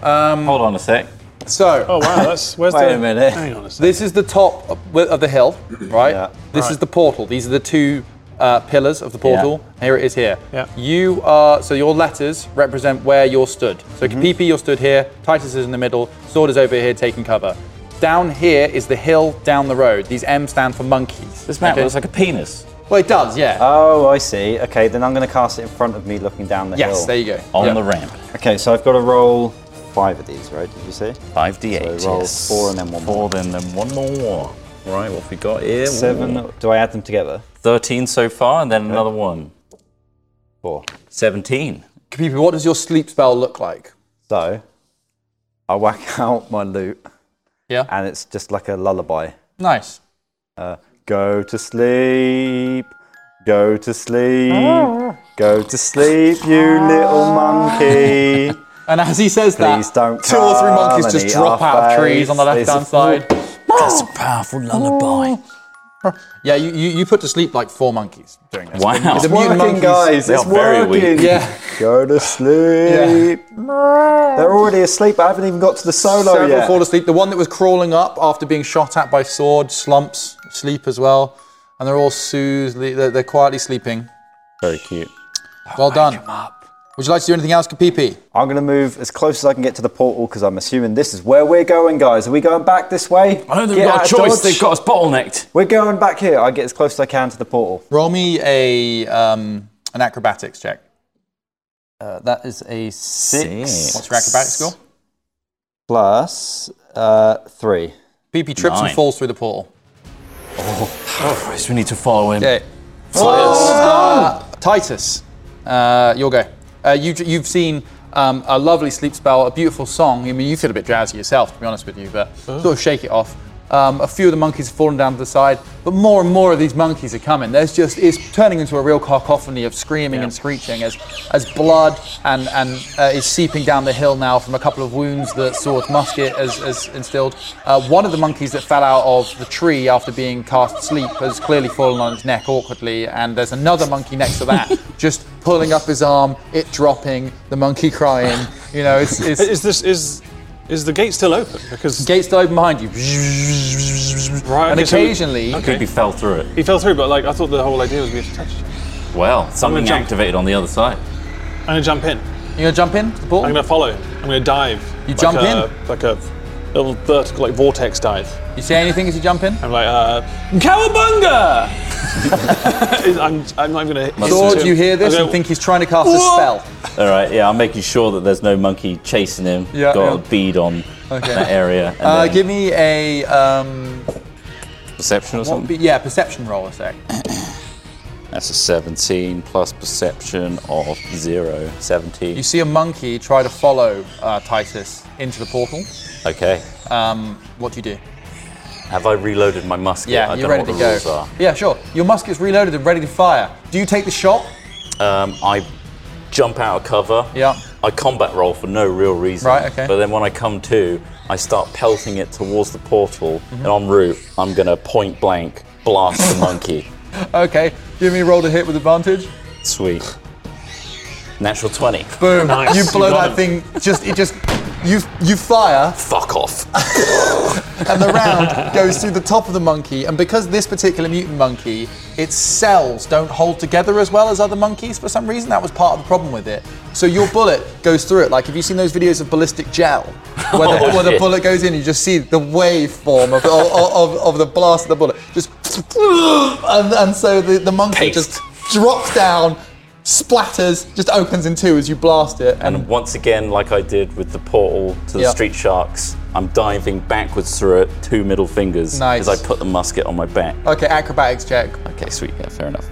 Speaker 4: Hold on a sec.
Speaker 2: So
Speaker 3: Oh wow, that's where's
Speaker 6: Wait
Speaker 3: the?
Speaker 6: a minute.
Speaker 3: Hang on a second.
Speaker 2: This is the top of of the hill, right?
Speaker 6: Yeah.
Speaker 2: This is the portal. These are the two uh, pillars of the portal. Here it is here.
Speaker 3: Yeah.
Speaker 2: You are, so your letters represent where you're stood. So Kapipi, you're stood here. Titus is in the middle. Sword is over here taking cover. Down here is the hill down the road. These M stand for monkeys.
Speaker 4: This map looks like a penis.
Speaker 2: Well, it does, yeah.
Speaker 6: Oh, I see. Okay, then I'm going to cast it in front of me, looking down the
Speaker 2: yes,
Speaker 6: hill.
Speaker 2: there you go.
Speaker 4: On
Speaker 2: Yeah.
Speaker 4: the ramp.
Speaker 6: Okay, so I've got to roll five of these, right? Did you say?
Speaker 4: 5d8.
Speaker 6: So roll
Speaker 4: yes.
Speaker 6: four and then one
Speaker 4: Four, then, then one more. Right, what have we got here? Ooh.
Speaker 6: Seven. Do I add them together?
Speaker 4: 13 so far, and then another one.
Speaker 6: Four.
Speaker 4: 17.
Speaker 2: Kapipi, what does your sleep spell look like?
Speaker 6: So I whack out my loot,
Speaker 2: Yeah.
Speaker 6: and it's just like a lullaby.
Speaker 2: nice.
Speaker 6: Uh, go to sleep. Go to sleep. Go to sleep, you little monkey.
Speaker 2: And as he says
Speaker 6: Please
Speaker 2: that,
Speaker 6: don't
Speaker 2: two or three
Speaker 6: come
Speaker 2: monkeys
Speaker 6: and
Speaker 2: just
Speaker 6: eat
Speaker 2: drop
Speaker 6: our
Speaker 2: out of trees
Speaker 6: face.
Speaker 2: on the
Speaker 6: There's
Speaker 2: left
Speaker 6: a
Speaker 2: hand side.
Speaker 7: That's a powerful lullaby.
Speaker 2: Yeah, you, you, you put to sleep like four monkeys during this.
Speaker 4: Wow.
Speaker 2: The mutant
Speaker 6: Working,
Speaker 2: monkeys-
Speaker 6: guys.
Speaker 4: They
Speaker 6: It's
Speaker 4: are very weak.
Speaker 6: working.
Speaker 2: Yeah.
Speaker 6: Go to sleep. They're already asleep. I haven't even got to the solo
Speaker 2: Several
Speaker 6: yet.
Speaker 2: fall asleep. The one that was crawling up after being shot at by sword slumps sleep as well, and they're all soothed. They're, they're quietly sleeping.
Speaker 4: Very cute.
Speaker 2: well done. Would you like to do anything else, Kapipi?
Speaker 6: I'm going to move as close as I can get to the portal because I'm assuming this is where we're going, guys. Are we going back this way?
Speaker 7: I don't think we've
Speaker 6: Get
Speaker 7: got a
Speaker 6: out of
Speaker 7: choice.
Speaker 6: Dodge.
Speaker 7: They've got us bottlenecked.
Speaker 6: We're going back here. I get as close as I can to the portal.
Speaker 2: Roll me a um, an acrobatics check.
Speaker 6: Uh, that is a six,
Speaker 4: Six.
Speaker 2: What's your acrobatics score?
Speaker 6: plus uh, three.
Speaker 2: Kapipi trips and
Speaker 4: Nine.
Speaker 2: falls through the portal.
Speaker 6: Oh.
Speaker 7: Christ, we need to follow him.
Speaker 2: Okay. Uh, Titus, uh, your go. Uh, you, you've seen um, a lovely sleep spell, a beautiful song. I mean, you feel a bit drowsy yourself, to be honest with you, but
Speaker 4: Uh-huh.
Speaker 2: sort of shake it off. Um, a few of the monkeys have fallen down to the side, but more and more of these monkeys are coming. There's just it's turning into a real cacophony of screaming and screeching as as blood and and uh, is seeping down the hill now from a couple of wounds that Sword Musket has, has instilled. Uh, one of the monkeys that fell out of the tree after being cast asleep has clearly fallen on its neck awkwardly, and there's another monkey next to that just pulling up his arm, it dropping, the monkey crying. You know, it's, it's
Speaker 3: Is this is is the gate still open? Because
Speaker 2: gates to open behind you.
Speaker 3: Right,
Speaker 2: and
Speaker 3: okay, so we-
Speaker 2: occasionally,
Speaker 3: okay.
Speaker 4: He fell through it.
Speaker 3: He fell through, but like I thought the whole idea was we had to touch. it.
Speaker 4: Well, something
Speaker 3: jump.
Speaker 4: activated on the other side.
Speaker 3: I'm gonna jump in.
Speaker 2: you're going to jump in to the
Speaker 3: I'm
Speaker 2: portal?
Speaker 3: gonna follow. him. I'm gonna dive.
Speaker 2: You jump
Speaker 3: a,
Speaker 2: in?
Speaker 3: like a little vertical, like vortex dive.
Speaker 2: You say anything as you jump in?
Speaker 3: I'm like, uh, cowabunga! I'm, I'm not even gonna. hit
Speaker 2: Lord,
Speaker 3: him.
Speaker 2: you hear this
Speaker 3: I'm
Speaker 2: and
Speaker 3: gonna-
Speaker 2: think he's trying to cast a spell.
Speaker 4: All right, yeah, I'm making sure that there's no monkey chasing him.
Speaker 2: Yeah,
Speaker 4: Got
Speaker 2: yeah.
Speaker 4: a bead on
Speaker 2: Okay.
Speaker 4: that area. And
Speaker 2: Uh,
Speaker 4: then
Speaker 2: give me a um,
Speaker 4: perception or
Speaker 2: what,
Speaker 4: something.
Speaker 2: be- yeah perception roll a sec.
Speaker 4: That's a 17 plus perception of zero. 17.
Speaker 2: You see a monkey try to follow uh, Titus into the portal.
Speaker 4: Okay.
Speaker 2: Um, what do you do?
Speaker 4: Have I reloaded my musket?
Speaker 2: Yeah,
Speaker 4: I
Speaker 2: you're
Speaker 4: don't
Speaker 2: ready
Speaker 4: know
Speaker 2: to
Speaker 4: what
Speaker 2: go.
Speaker 4: the rules
Speaker 2: Yeah, sure. Your musket's reloaded and ready to fire. Do you take the shot?
Speaker 4: are. Um, I jump out of cover.
Speaker 2: Yeah.
Speaker 4: I combat roll for no real reason.
Speaker 2: Right, okay.
Speaker 4: But then when I come to, I start pelting it towards the portal,
Speaker 2: Mm-hmm.
Speaker 4: and en route, I'm gonna point blank blast the monkey.
Speaker 2: Okay. Give me a roll to hit with advantage.
Speaker 4: Sweet. Natural 20.
Speaker 2: Boom.
Speaker 3: Nice,
Speaker 2: You
Speaker 3: you
Speaker 2: blow
Speaker 3: got
Speaker 2: that thing. Just it just you you fire
Speaker 4: Fuck off.
Speaker 2: and the round goes through the top of the monkey. And because this particular mutant monkey, its cells don't hold together as well as other monkeys for some reason, that was part of the problem with it. So your bullet goes through it. Like, have you seen those videos of ballistic gel? Where the,
Speaker 4: Oh,
Speaker 2: where the
Speaker 4: shit.
Speaker 2: bullet goes in, you just see the waveform of, of, of, of the blast of the bullet. Just and, and so the, the monkey
Speaker 4: Paste.
Speaker 2: just drops down, splatters, just opens in two as you blast it. And
Speaker 4: And once again, like I did with the portal to the
Speaker 2: Yeah.
Speaker 4: Street Sharks, I'm diving backwards through it, two middle fingers,
Speaker 2: Nice.
Speaker 4: as I put the musket on my back.
Speaker 2: okay, acrobatics check.
Speaker 4: Okay, sweet, yeah, fair enough.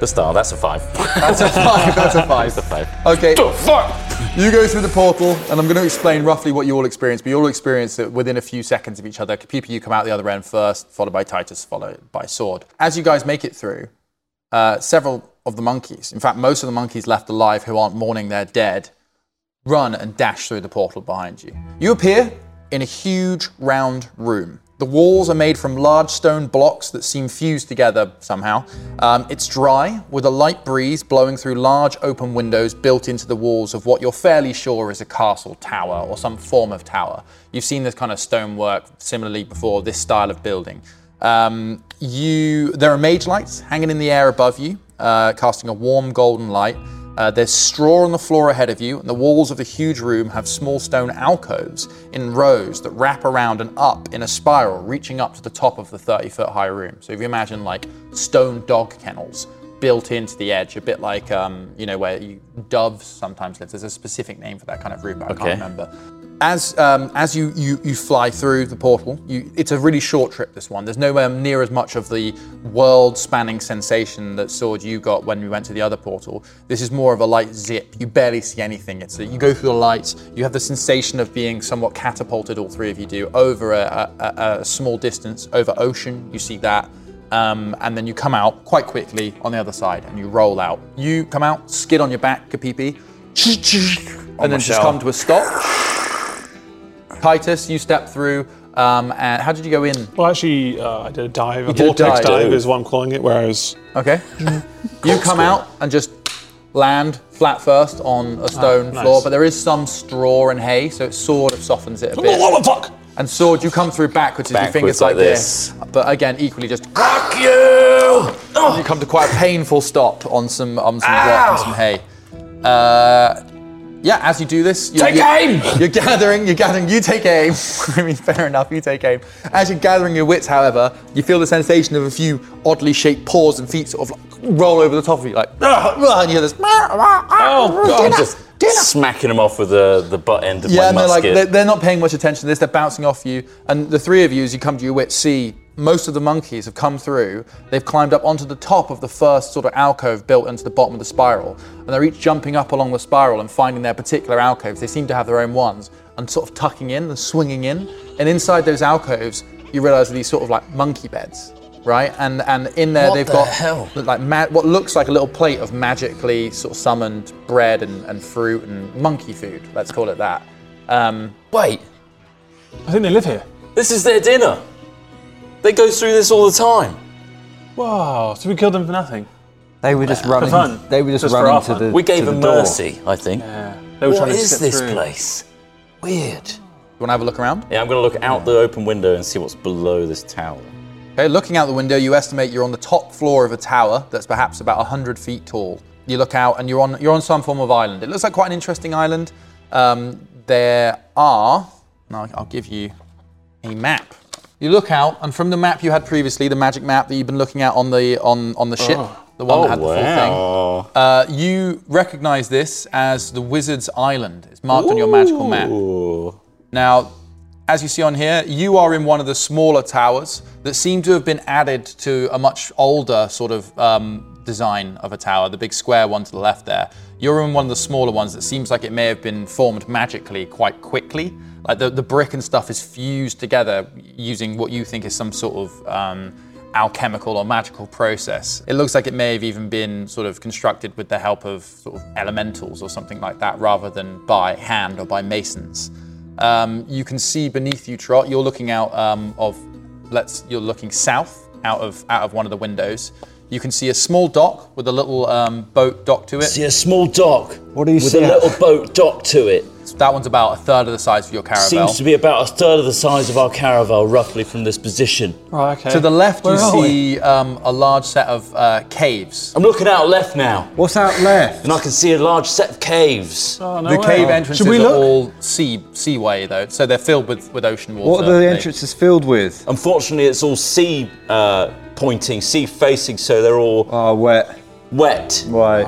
Speaker 4: The star, that's a five.
Speaker 2: That's a five. That's a five.
Speaker 4: That's a five.
Speaker 2: Okay,
Speaker 1: Fuck!
Speaker 2: you go through the portal, and I'm going to explain roughly what you all experienced. But you all experienced it within a few seconds of each other. PPU come out the other end first, followed by Titus, followed by Sword. As you guys make it through, uh, several of the monkeys, in fact, most of the monkeys left alive who aren't mourning their dead, run and dash through the portal behind you. You appear in a huge round room. The walls are made from large stone blocks that seem fused together somehow. Um, it's dry, with a light breeze blowing through large open windows built into the walls of what you're fairly sure is a castle tower or some form of tower. You've seen this kind of stonework similarly before, this style of building. Um, you, there are mage lights hanging in the air above you, uh, casting a warm golden light. Uh, there's straw on the floor ahead of you, and the walls of the huge room have small stone alcoves in rows that wrap around and up in a spiral, reaching up to the top of the 30 foot high room. So if you imagine like stone dog kennels built into the edge, a bit like, um, you know, where you, doves sometimes live. There's a specific name for that kind of room, but I
Speaker 4: Okay.
Speaker 2: can't remember as um, as you, you you fly through the portal, you, it's a really short trip. This one, there's nowhere near as much of the world-spanning sensation that Sword you got when we went to the other portal. This is more of a light zip. You barely see anything. It's you go through the lights. You have the sensation of being somewhat catapulted. All three of you do over a, a, a, a small distance over ocean. You see that. Um, and then you come out quite quickly on the other side and you roll out. You come out, skid on your back, Kapipi, and then just
Speaker 8: shell.
Speaker 2: come to a stop. Titus, you step through. Um, and how did you go in?
Speaker 3: Well, actually, uh, I did a dive. A
Speaker 2: did a
Speaker 3: vortex
Speaker 2: dive.
Speaker 3: dive is what I'm calling it, where I was
Speaker 2: Okay. you come out and just land flat first on a stone
Speaker 3: nice.
Speaker 2: floor, but there is some straw and hay, so it sort of softens it a
Speaker 3: Whoa,
Speaker 2: bit.
Speaker 3: whoa, fuck!
Speaker 2: And sword, you come through backwards as your fingers
Speaker 4: Backwards like
Speaker 2: like this. But again, equally just fuck you.
Speaker 4: Oh,
Speaker 2: You come to quite a painful stop on some on some rock and some hay. Uh, yeah, Oh, as you do this, you,
Speaker 1: Take
Speaker 2: you-
Speaker 1: aim!
Speaker 2: You're gathering, you're gathering, you take aim. I mean, fair enough, you take aim. As you're gathering your wits, however, you feel the sensation of a few oddly shaped paws and feet sort of like roll over the top of you, like, "Ugh, ugh," and you hear this. Oh,
Speaker 4: I'm just smacking him off with the, the butt end of
Speaker 2: yeah, and
Speaker 4: my
Speaker 2: they're like,
Speaker 4: musket.
Speaker 2: they're, they're not paying much attention to this, they're bouncing off you. And the three of you, as you come to your wits, see most of the monkeys have come through. They've climbed up onto the top of the first sort of alcove built into the bottom of the spiral. And they're each jumping up along the spiral and finding their particular alcoves. They seem to have their own ones and sort of tucking in and swinging in. And inside those alcoves, you realize are these sort of like monkey beds. Right, and and in there
Speaker 1: What
Speaker 2: they've
Speaker 1: the
Speaker 2: got
Speaker 1: hell?
Speaker 2: like ma- what looks like a little plate of magically sort of summoned bread and, and fruit and monkey food. Let's call it that. Um,
Speaker 4: Wait,
Speaker 3: I think they live here.
Speaker 4: this is their dinner. They go through this all the time.
Speaker 3: Wow, so we killed them for nothing.
Speaker 9: They were just running.
Speaker 3: fun.
Speaker 9: They were just,
Speaker 3: Just for our
Speaker 9: running to
Speaker 3: fun.
Speaker 9: the.
Speaker 4: We gave
Speaker 9: to the
Speaker 4: them
Speaker 9: door.
Speaker 4: mercy, I think.
Speaker 3: They were
Speaker 4: What
Speaker 3: trying to
Speaker 4: is
Speaker 3: slip
Speaker 4: this
Speaker 3: through.
Speaker 4: place? Weird.
Speaker 2: You want to have a look around?
Speaker 4: Yeah, I'm gonna look out the open window and see what's below this tower.
Speaker 2: Okay, looking out the window, you estimate you're on the top floor of a tower that's perhaps about 100 feet tall. You look out and you're on, you're on some form of island. It looks like quite an interesting island. Um, there are, and I'll, I'll give you a map. You look out, and from the map you had previously, the magic map that you've been looking at on the on, on the ship, the one that had the full thing, uh, you recognize this as the Wizard's Island. It's marked on your magical map. Now, as you see on here, you are in one of the smaller towers that seem to have been added to a much older sort of um, design of a tower, the big square one to the left there. You're in one of the smaller ones that seems like it may have been formed magically quite quickly. Like the, the brick and stuff is fused together using what you think is some sort of um, alchemical or magical process. It looks like it may have even been sort of constructed with the help of sort of elementals or something like that rather than by hand or by masons. Um, you can see beneath you, Trot. You're looking out um, of, let's. You're looking south out of out of one of the windows. You can see a small dock with a little um, boat dock to it.
Speaker 1: See a small dock.
Speaker 9: What do you
Speaker 1: with
Speaker 9: see?
Speaker 1: a little boat dock to it.
Speaker 2: It's That one's about a third of the size of your caravel.
Speaker 9: Seems to be about a third of the size of our caravel, roughly, from this position.
Speaker 3: Right, okay.
Speaker 2: To the left,
Speaker 3: Where
Speaker 2: you
Speaker 3: are we?
Speaker 2: see um, a large set of uh, caves.
Speaker 9: I'm looking out left now,
Speaker 5: What's out left?
Speaker 9: and I can see a large set of caves.
Speaker 3: Oh, no
Speaker 2: the
Speaker 3: way.
Speaker 2: cave entrances
Speaker 3: Should we
Speaker 2: are
Speaker 3: look?
Speaker 2: all sea seaway though, so they're filled with, with ocean water.
Speaker 5: What are
Speaker 2: They-
Speaker 5: the entrances filled with?
Speaker 9: Unfortunately, it's all sea uh, pointing, sea facing, so they're all
Speaker 5: Oh, wet.
Speaker 9: wet.
Speaker 5: Right.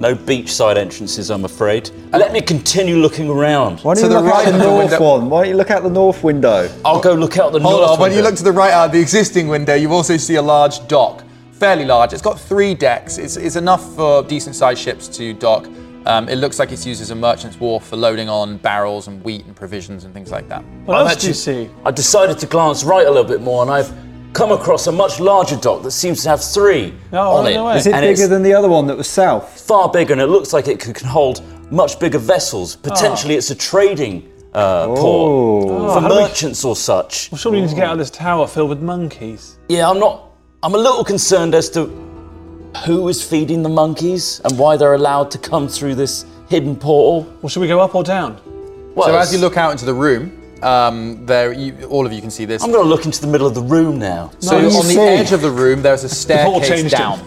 Speaker 9: No beachside entrances, I'm afraid. Let me continue looking around.
Speaker 5: Why don't
Speaker 2: To
Speaker 5: you
Speaker 2: the
Speaker 5: look
Speaker 2: right
Speaker 5: out
Speaker 2: of
Speaker 5: the
Speaker 2: the
Speaker 5: north
Speaker 2: window.
Speaker 5: one? Why don't you look out the north window?
Speaker 9: I'll go look out the
Speaker 2: Hold
Speaker 9: north
Speaker 2: on, when you
Speaker 9: window.
Speaker 2: look to the right out of the existing window, you also see a large dock. Fairly large. It's got three decks. It's, it's enough for decent sized ships to dock. Um, it looks like it's used as a merchant's wharf for loading on barrels and wheat and provisions and things like that.
Speaker 3: What
Speaker 9: I've
Speaker 3: else do you
Speaker 9: actually-
Speaker 3: see?
Speaker 9: I decided to glance right a little bit more, and I've come across a much larger dock that seems to have three
Speaker 3: No,
Speaker 9: on
Speaker 3: no
Speaker 9: it.
Speaker 3: way.
Speaker 5: Is it
Speaker 9: and
Speaker 5: bigger
Speaker 9: it's
Speaker 5: than the other one that was south?
Speaker 9: far bigger, and it looks like it could- can hold much bigger vessels. Potentially, it's a trading uh,
Speaker 2: Oh.
Speaker 9: port for
Speaker 3: how do we-
Speaker 9: merchants or such.
Speaker 3: Well, surely we need to get out of this tower filled with monkeys.
Speaker 9: Yeah, I'm not. I'm a little concerned as to who is feeding the monkeys and why they're allowed to come through this hidden portal.
Speaker 3: Well, should we go up or down?
Speaker 9: Well,
Speaker 2: So as you look out into the room, um, there you, all of you can see this.
Speaker 9: I'm going to look into the middle of the room now.
Speaker 2: So
Speaker 3: No, you
Speaker 2: on the
Speaker 3: see.
Speaker 2: edge of the room, there's a
Speaker 3: whole
Speaker 2: staircase
Speaker 3: changed it.
Speaker 2: down.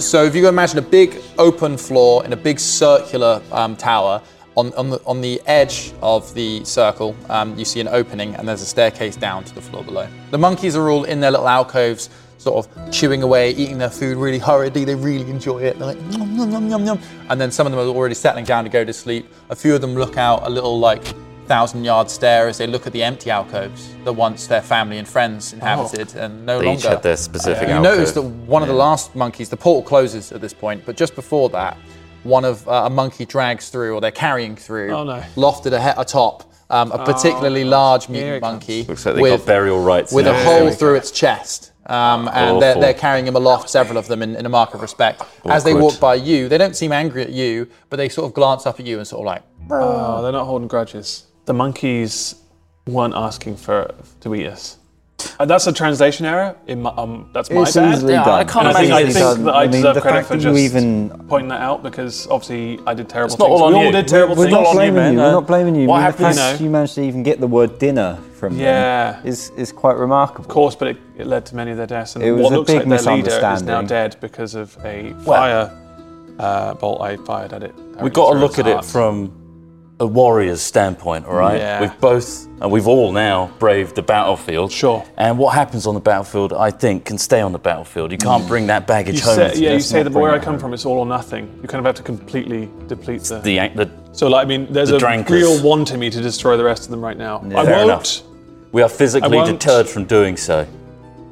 Speaker 2: so if you imagine a big open floor in a big circular um, tower, on, on, the, on the edge of the circle, um, you see an opening and there's a staircase down to the floor below. The monkeys are all in their little alcoves, sort of chewing away, eating their food really hurriedly. They really enjoy it. They're like, "Nom, nom, nom, nom, nom." And then some of them are already settling down to go to sleep. A few of them look out a little like thousand yard stare as they look at the empty alcoves that once their family and friends inhabited and no
Speaker 4: They
Speaker 2: longer.
Speaker 4: each had their specific
Speaker 2: Oh, You
Speaker 4: alcove.
Speaker 2: notice that one of the last monkeys, the portal closes at this point, but just before that, one of uh, a monkey drags through, or they're carrying through,
Speaker 3: Oh, no. Oh,
Speaker 2: lofted ahe- atop, um, a particularly large mutant
Speaker 3: it comes.
Speaker 2: monkey
Speaker 4: Looks like they got burial rights.
Speaker 2: with
Speaker 4: and
Speaker 2: a
Speaker 4: everything.
Speaker 2: hole through its chest. Um, and they're,
Speaker 4: Awful.
Speaker 2: they're carrying him aloft, several of them, in, in a mark of respect. As they
Speaker 4: Awkward.
Speaker 2: walk by you, they don't seem angry at you, but they sort of glance up at you and sort of like,
Speaker 3: Oh, they're not holding grudges. The monkeys weren't asking for to eat us. Uh, that's a translation error. In my, um, that's my
Speaker 8: It's
Speaker 3: bad.
Speaker 8: easily
Speaker 4: Yeah, I
Speaker 8: done.
Speaker 4: can't
Speaker 3: And I
Speaker 4: imagine
Speaker 3: think, I
Speaker 4: it's
Speaker 3: think
Speaker 8: done.
Speaker 3: that
Speaker 8: I
Speaker 3: I
Speaker 8: mean,
Speaker 3: deserve
Speaker 8: the
Speaker 3: credit
Speaker 8: fact
Speaker 3: for
Speaker 8: that you
Speaker 3: just
Speaker 8: even-
Speaker 3: pointing that out because obviously I did terrible
Speaker 4: It's not
Speaker 3: things.
Speaker 4: all on
Speaker 3: we all
Speaker 4: you.
Speaker 3: did terrible
Speaker 8: We're
Speaker 3: things.
Speaker 8: not blaming
Speaker 3: man.
Speaker 8: you. We're not blaming you.
Speaker 3: What
Speaker 8: I mean,
Speaker 3: happened?
Speaker 8: The fact
Speaker 3: You
Speaker 8: you
Speaker 3: know,
Speaker 8: managed to even get the word dinner from
Speaker 3: Yeah.
Speaker 8: them is is quite remarkable.
Speaker 3: of course, but it, it led to many of their deaths. And
Speaker 8: It was
Speaker 3: what
Speaker 8: a
Speaker 3: looks
Speaker 8: big
Speaker 3: like their leader is now
Speaker 8: misunderstanding.
Speaker 3: dead because of a fire uh, bolt I fired at it.
Speaker 4: We've got to
Speaker 3: Through
Speaker 4: look
Speaker 3: its
Speaker 4: at it
Speaker 3: heart.
Speaker 4: from a warrior's standpoint, all right?
Speaker 3: Yeah.
Speaker 4: We've both, and we've all now braved the battlefield.
Speaker 3: Sure.
Speaker 4: And what happens on the battlefield, I think, can stay on the battlefield. You can't bring that
Speaker 3: You
Speaker 4: baggage home.
Speaker 3: say,
Speaker 4: with
Speaker 3: yeah, you
Speaker 4: Let's
Speaker 3: say
Speaker 4: not
Speaker 3: that
Speaker 4: bring
Speaker 3: where I
Speaker 4: that
Speaker 3: come
Speaker 4: home.
Speaker 3: from, it's all or nothing. You kind of have to completely deplete the.
Speaker 4: The, an- the,
Speaker 3: so, like, I mean, there's
Speaker 4: the
Speaker 3: a
Speaker 4: drankers.
Speaker 3: real want in me to destroy the rest of them right now. I
Speaker 4: Fair
Speaker 3: won't,
Speaker 4: we are
Speaker 3: I
Speaker 4: physically
Speaker 3: won't-
Speaker 4: deterred from doing so.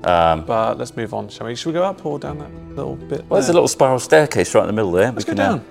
Speaker 4: Um,
Speaker 3: but let's move on, shall we? Should we go up or down that little bit?
Speaker 4: well, there's a
Speaker 3: there?
Speaker 4: little spiral staircase right in the middle there. uh,
Speaker 3: Let's go down.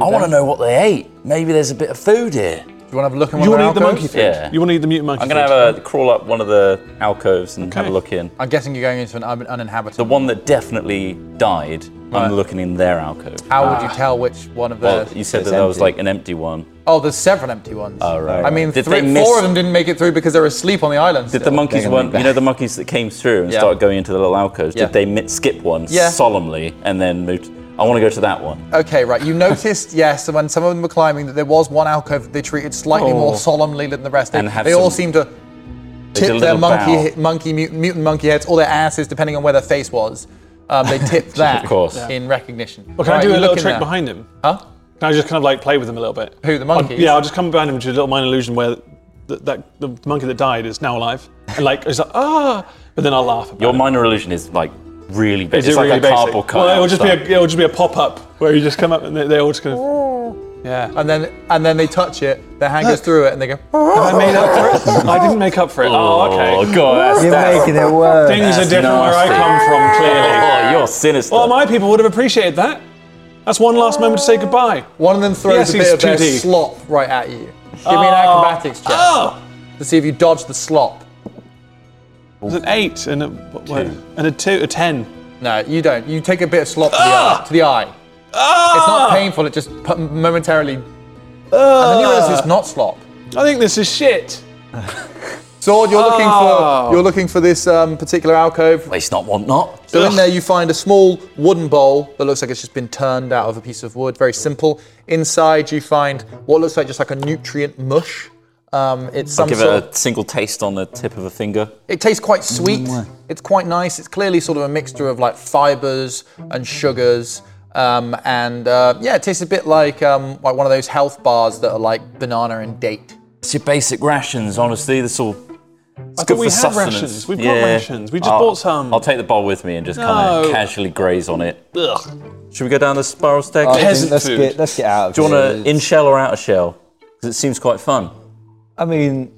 Speaker 4: I want to know what they ate. Maybe there's a bit of food here.
Speaker 2: Do you want to have a look at one
Speaker 3: You
Speaker 2: of
Speaker 3: want to eat
Speaker 2: their
Speaker 3: the
Speaker 2: alcoves?"
Speaker 3: monkey food?
Speaker 4: Yeah.
Speaker 3: You want to eat the mutant monkey
Speaker 4: I'm going to
Speaker 3: food?
Speaker 4: have a crawl up one of the alcoves and have
Speaker 3: Okay.
Speaker 4: a look in.
Speaker 2: I'm guessing you're going into an un- uninhabited.
Speaker 4: The one that definitely died,
Speaker 2: Right.
Speaker 4: I'm looking in their alcove.
Speaker 2: How would you tell which one of
Speaker 4: Ah. Well,
Speaker 2: the?
Speaker 4: you said
Speaker 8: it's
Speaker 4: that there was
Speaker 8: empty.
Speaker 4: like an empty one.
Speaker 2: oh, there's several empty ones.
Speaker 4: Oh, right.
Speaker 2: I mean,
Speaker 4: Did
Speaker 2: three,
Speaker 4: they miss-
Speaker 2: four of them didn't make it through because they're asleep on the island.
Speaker 4: Did the
Speaker 2: still.
Speaker 4: monkeys
Speaker 8: they're gonna
Speaker 4: one?
Speaker 8: be
Speaker 4: You know the monkeys that came through and
Speaker 2: Yeah.
Speaker 4: started going into the little alcoves.
Speaker 2: Yeah.
Speaker 4: Did they mi- skip one
Speaker 2: Yeah.
Speaker 4: solemnly and then moved? I want to go to that one.
Speaker 2: Okay, right. You noticed, yes, when some of them were climbing, that there was one alcove that they treated slightly more solemnly than the rest. They,
Speaker 4: Oh. And had
Speaker 2: they all
Speaker 4: some-
Speaker 2: seemed to
Speaker 4: They did a
Speaker 2: tip their
Speaker 4: little
Speaker 2: monkey,
Speaker 4: bow.
Speaker 2: monkey mutant, mutant monkey heads or their asses, depending on where their face was. Um, they tipped that
Speaker 4: course. Yeah.
Speaker 2: in recognition.
Speaker 3: Well, can I
Speaker 2: Right,
Speaker 3: do a
Speaker 2: you
Speaker 3: little
Speaker 2: look in
Speaker 3: trick
Speaker 2: there.
Speaker 3: behind him?
Speaker 2: Huh?
Speaker 3: Can I just kind of like play with him a little bit?
Speaker 2: Who, the
Speaker 3: I'll-
Speaker 2: monkeys?
Speaker 3: yeah, I'll just come behind him to do a little minor illusion where the, that the monkey that died is now alive, and like it's like ah, but then I'll laugh. About
Speaker 4: Your
Speaker 3: it.
Speaker 4: minor illusion is like really big.
Speaker 3: Is it
Speaker 4: it's like
Speaker 3: really
Speaker 4: a
Speaker 3: basic?
Speaker 4: cardboard cut.
Speaker 3: Well, it'll just be a, it'll just be a pop up where you just come up and they, they all just kind of yeah.
Speaker 2: And then, and then they touch it, their hand goes through it, and they go,
Speaker 3: I made up for it. I didn't make up for it. Oh, okay.
Speaker 4: Oh god, that's,
Speaker 5: You're
Speaker 4: that's,
Speaker 5: making it worse.
Speaker 3: Things are different where I
Speaker 4: nasty.
Speaker 3: come from. Clearly,
Speaker 4: oh, you're sinister.
Speaker 3: all my people would have appreciated that. That's one last moment to say goodbye.
Speaker 2: one of them
Speaker 3: Yes,
Speaker 2: throws a
Speaker 3: he's
Speaker 2: bit of their
Speaker 3: 2D.
Speaker 2: slop right at you. Give me an acrobatics check
Speaker 3: Oh,
Speaker 2: to see if you dodge the slop.
Speaker 3: it was an eight and a what- what- and a two, a ten.
Speaker 2: No, you don't. You take a bit of slop to the
Speaker 4: Ah!
Speaker 2: eye. To the eye. It's
Speaker 3: Ah!
Speaker 2: not painful. It just pu-
Speaker 4: Ah!
Speaker 2: momentarily. and then you realize it's not slop.
Speaker 3: I think this is shit.
Speaker 2: Sword, you're looking
Speaker 4: Ah!
Speaker 2: for you're looking for this um, particular alcove.
Speaker 9: Place not, want not.
Speaker 2: So in there you find a small wooden bowl that looks like it's just been turned out of a piece of wood. Very simple. Inside you find what looks like just like a nutrient mush. Um, it's some
Speaker 4: Give
Speaker 2: sort
Speaker 4: it
Speaker 2: of-
Speaker 4: a single taste on the tip of a finger.
Speaker 2: it tastes quite
Speaker 6: Mm-hmm.
Speaker 2: sweet. It's quite nice. It's clearly sort of a mixture of like fibers and sugars. Um, and uh, yeah, it tastes a bit like um, like one of those health bars that are like banana and date.
Speaker 9: It's your basic rations, honestly. This all. It's
Speaker 3: we have rations. We've got rations. We just
Speaker 4: I'll-
Speaker 3: bought some.
Speaker 4: I'll take the bowl with me and just kind
Speaker 3: No.
Speaker 4: of casually graze on it.
Speaker 3: Ugh.
Speaker 4: Should we go down the spiral staircase?
Speaker 3: think Peasant
Speaker 6: let's
Speaker 3: food.
Speaker 6: get let's get out of
Speaker 4: Do you
Speaker 6: here.
Speaker 4: want to in shell or out of shell? Because it seems quite fun.
Speaker 6: I mean,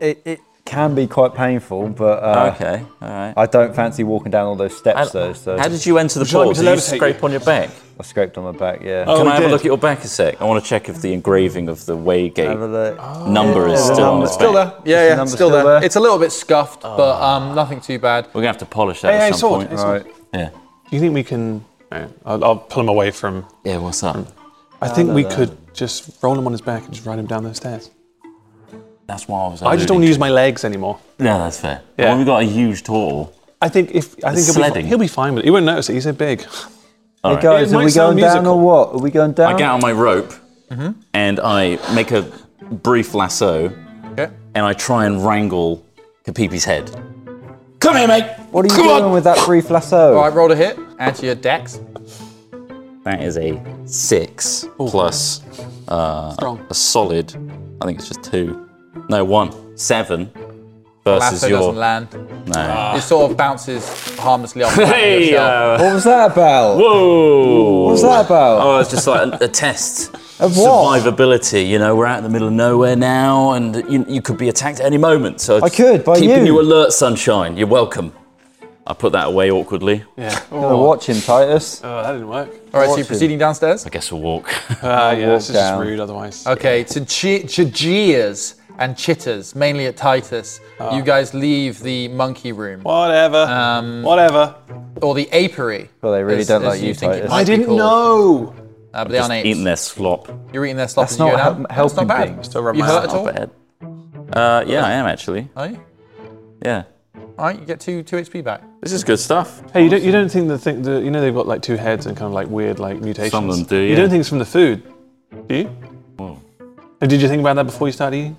Speaker 6: it, it can be quite painful, but uh,
Speaker 4: okay, all right.
Speaker 6: I don't fancy walking down all those steps though. So
Speaker 4: How did you enter the
Speaker 3: you like
Speaker 4: portal?
Speaker 3: me to
Speaker 4: Did you
Speaker 3: levitate
Speaker 4: scrape on your back?
Speaker 6: I scraped on my back. Yeah.
Speaker 3: Oh,
Speaker 4: Can
Speaker 3: we
Speaker 4: I have a
Speaker 3: did.
Speaker 4: look at your back a sec? I want to check if the engraving of the waygate
Speaker 6: Have a look.
Speaker 3: Oh.
Speaker 4: number is
Speaker 6: the
Speaker 4: still on
Speaker 6: number's
Speaker 4: his
Speaker 6: still
Speaker 4: back.
Speaker 2: Still there. Yeah, yeah,
Speaker 6: number
Speaker 2: still,
Speaker 6: still
Speaker 2: there.
Speaker 6: there?
Speaker 2: It's a little bit scuffed, but um, nothing too bad.
Speaker 4: We're gonna have to polish that
Speaker 3: Hey,
Speaker 4: at
Speaker 3: hey,
Speaker 4: some
Speaker 3: sword. Hey,
Speaker 4: point.
Speaker 3: sword.
Speaker 4: Yeah.
Speaker 3: Do you think we can? No, I'll, I'll pull him away from.
Speaker 4: Yeah. What's up?
Speaker 3: I think we could just roll him on his back and just ride him down those stairs.
Speaker 4: That's why I was.
Speaker 3: I just don't use my legs anymore.
Speaker 4: No, that's fair.
Speaker 3: Yeah.
Speaker 4: Well, we got a huge turtle.
Speaker 3: I think if I think
Speaker 4: It's
Speaker 3: he'll be,
Speaker 4: sledding.
Speaker 3: fine. he'll be fine with it. He won't notice it. He's so big.
Speaker 6: Hey
Speaker 4: right.
Speaker 6: guys,
Speaker 3: It
Speaker 6: are
Speaker 3: might
Speaker 6: we
Speaker 3: sound
Speaker 6: going down
Speaker 3: musical.
Speaker 6: or what? Are we going down?
Speaker 4: I get on my rope
Speaker 6: Mm-hmm.
Speaker 4: and I make a brief lasso and I try and wrangle Kapipi's head.
Speaker 1: Come here, mate.
Speaker 6: what are you
Speaker 1: Come
Speaker 6: doing
Speaker 1: on.
Speaker 6: with that brief lasso?
Speaker 2: All right, roll a hit. Add to your dex.
Speaker 4: That is a six plus uh, a solid. I think it's just two. No, one. Seven versus
Speaker 2: Lasso
Speaker 4: your.
Speaker 2: doesn't land.
Speaker 6: Ah,
Speaker 2: No. It sort of bounces harmlessly off the back of your
Speaker 4: Hey!
Speaker 2: shell.
Speaker 4: Uh,
Speaker 6: What was that about?
Speaker 4: whoa!
Speaker 6: What was that about?
Speaker 4: Oh, it's just like a, a test.
Speaker 6: Of what?
Speaker 4: Survivability, you know, we're out in the middle of nowhere now, and you, you could be attacked at any moment. So I
Speaker 6: could, by
Speaker 4: keeping
Speaker 6: you.
Speaker 4: you alert, sunshine. You're welcome. I put that away awkwardly.
Speaker 3: Yeah.
Speaker 6: Gonna watch him, Titus.
Speaker 3: Oh, that didn't work.
Speaker 2: All right, so
Speaker 6: watching.
Speaker 2: you're proceeding downstairs.
Speaker 4: I guess we'll walk.
Speaker 3: Uh, yeah, this is just
Speaker 6: down.
Speaker 3: rude otherwise.
Speaker 2: Okay, to chi- to jeers and chitters, mainly at Titus. You guys leave the monkey room
Speaker 3: Whatever.
Speaker 2: Um,
Speaker 3: Whatever.
Speaker 2: or the apiary.
Speaker 6: Well, they really
Speaker 2: as-
Speaker 6: don't
Speaker 2: as
Speaker 6: like you,
Speaker 2: think it
Speaker 6: Titus.
Speaker 2: might
Speaker 6: I
Speaker 2: be called.
Speaker 3: know.
Speaker 2: Uh, but they aren't apes.
Speaker 4: Eating their slop.
Speaker 2: You're eating their slop.
Speaker 6: That's
Speaker 2: as you go
Speaker 6: not
Speaker 2: down.
Speaker 6: hel-
Speaker 2: That's
Speaker 6: helping
Speaker 2: not bad.
Speaker 6: things.
Speaker 3: Still rub
Speaker 2: you
Speaker 3: my
Speaker 2: hurt
Speaker 3: hand
Speaker 2: at
Speaker 3: up
Speaker 2: all?
Speaker 4: Bad. Uh, yeah, I am actually.
Speaker 2: Are you?
Speaker 4: Yeah.
Speaker 2: All right, you get two two HP back.
Speaker 4: This is good stuff.
Speaker 3: Hey, you don't, you don't think the thing, the, you know, they've got like two heads and kind of like weird like mutations.
Speaker 4: Some of them do,
Speaker 3: You
Speaker 4: yeah.
Speaker 3: don't think it's from the food, do you? And did you think about that before you started eating?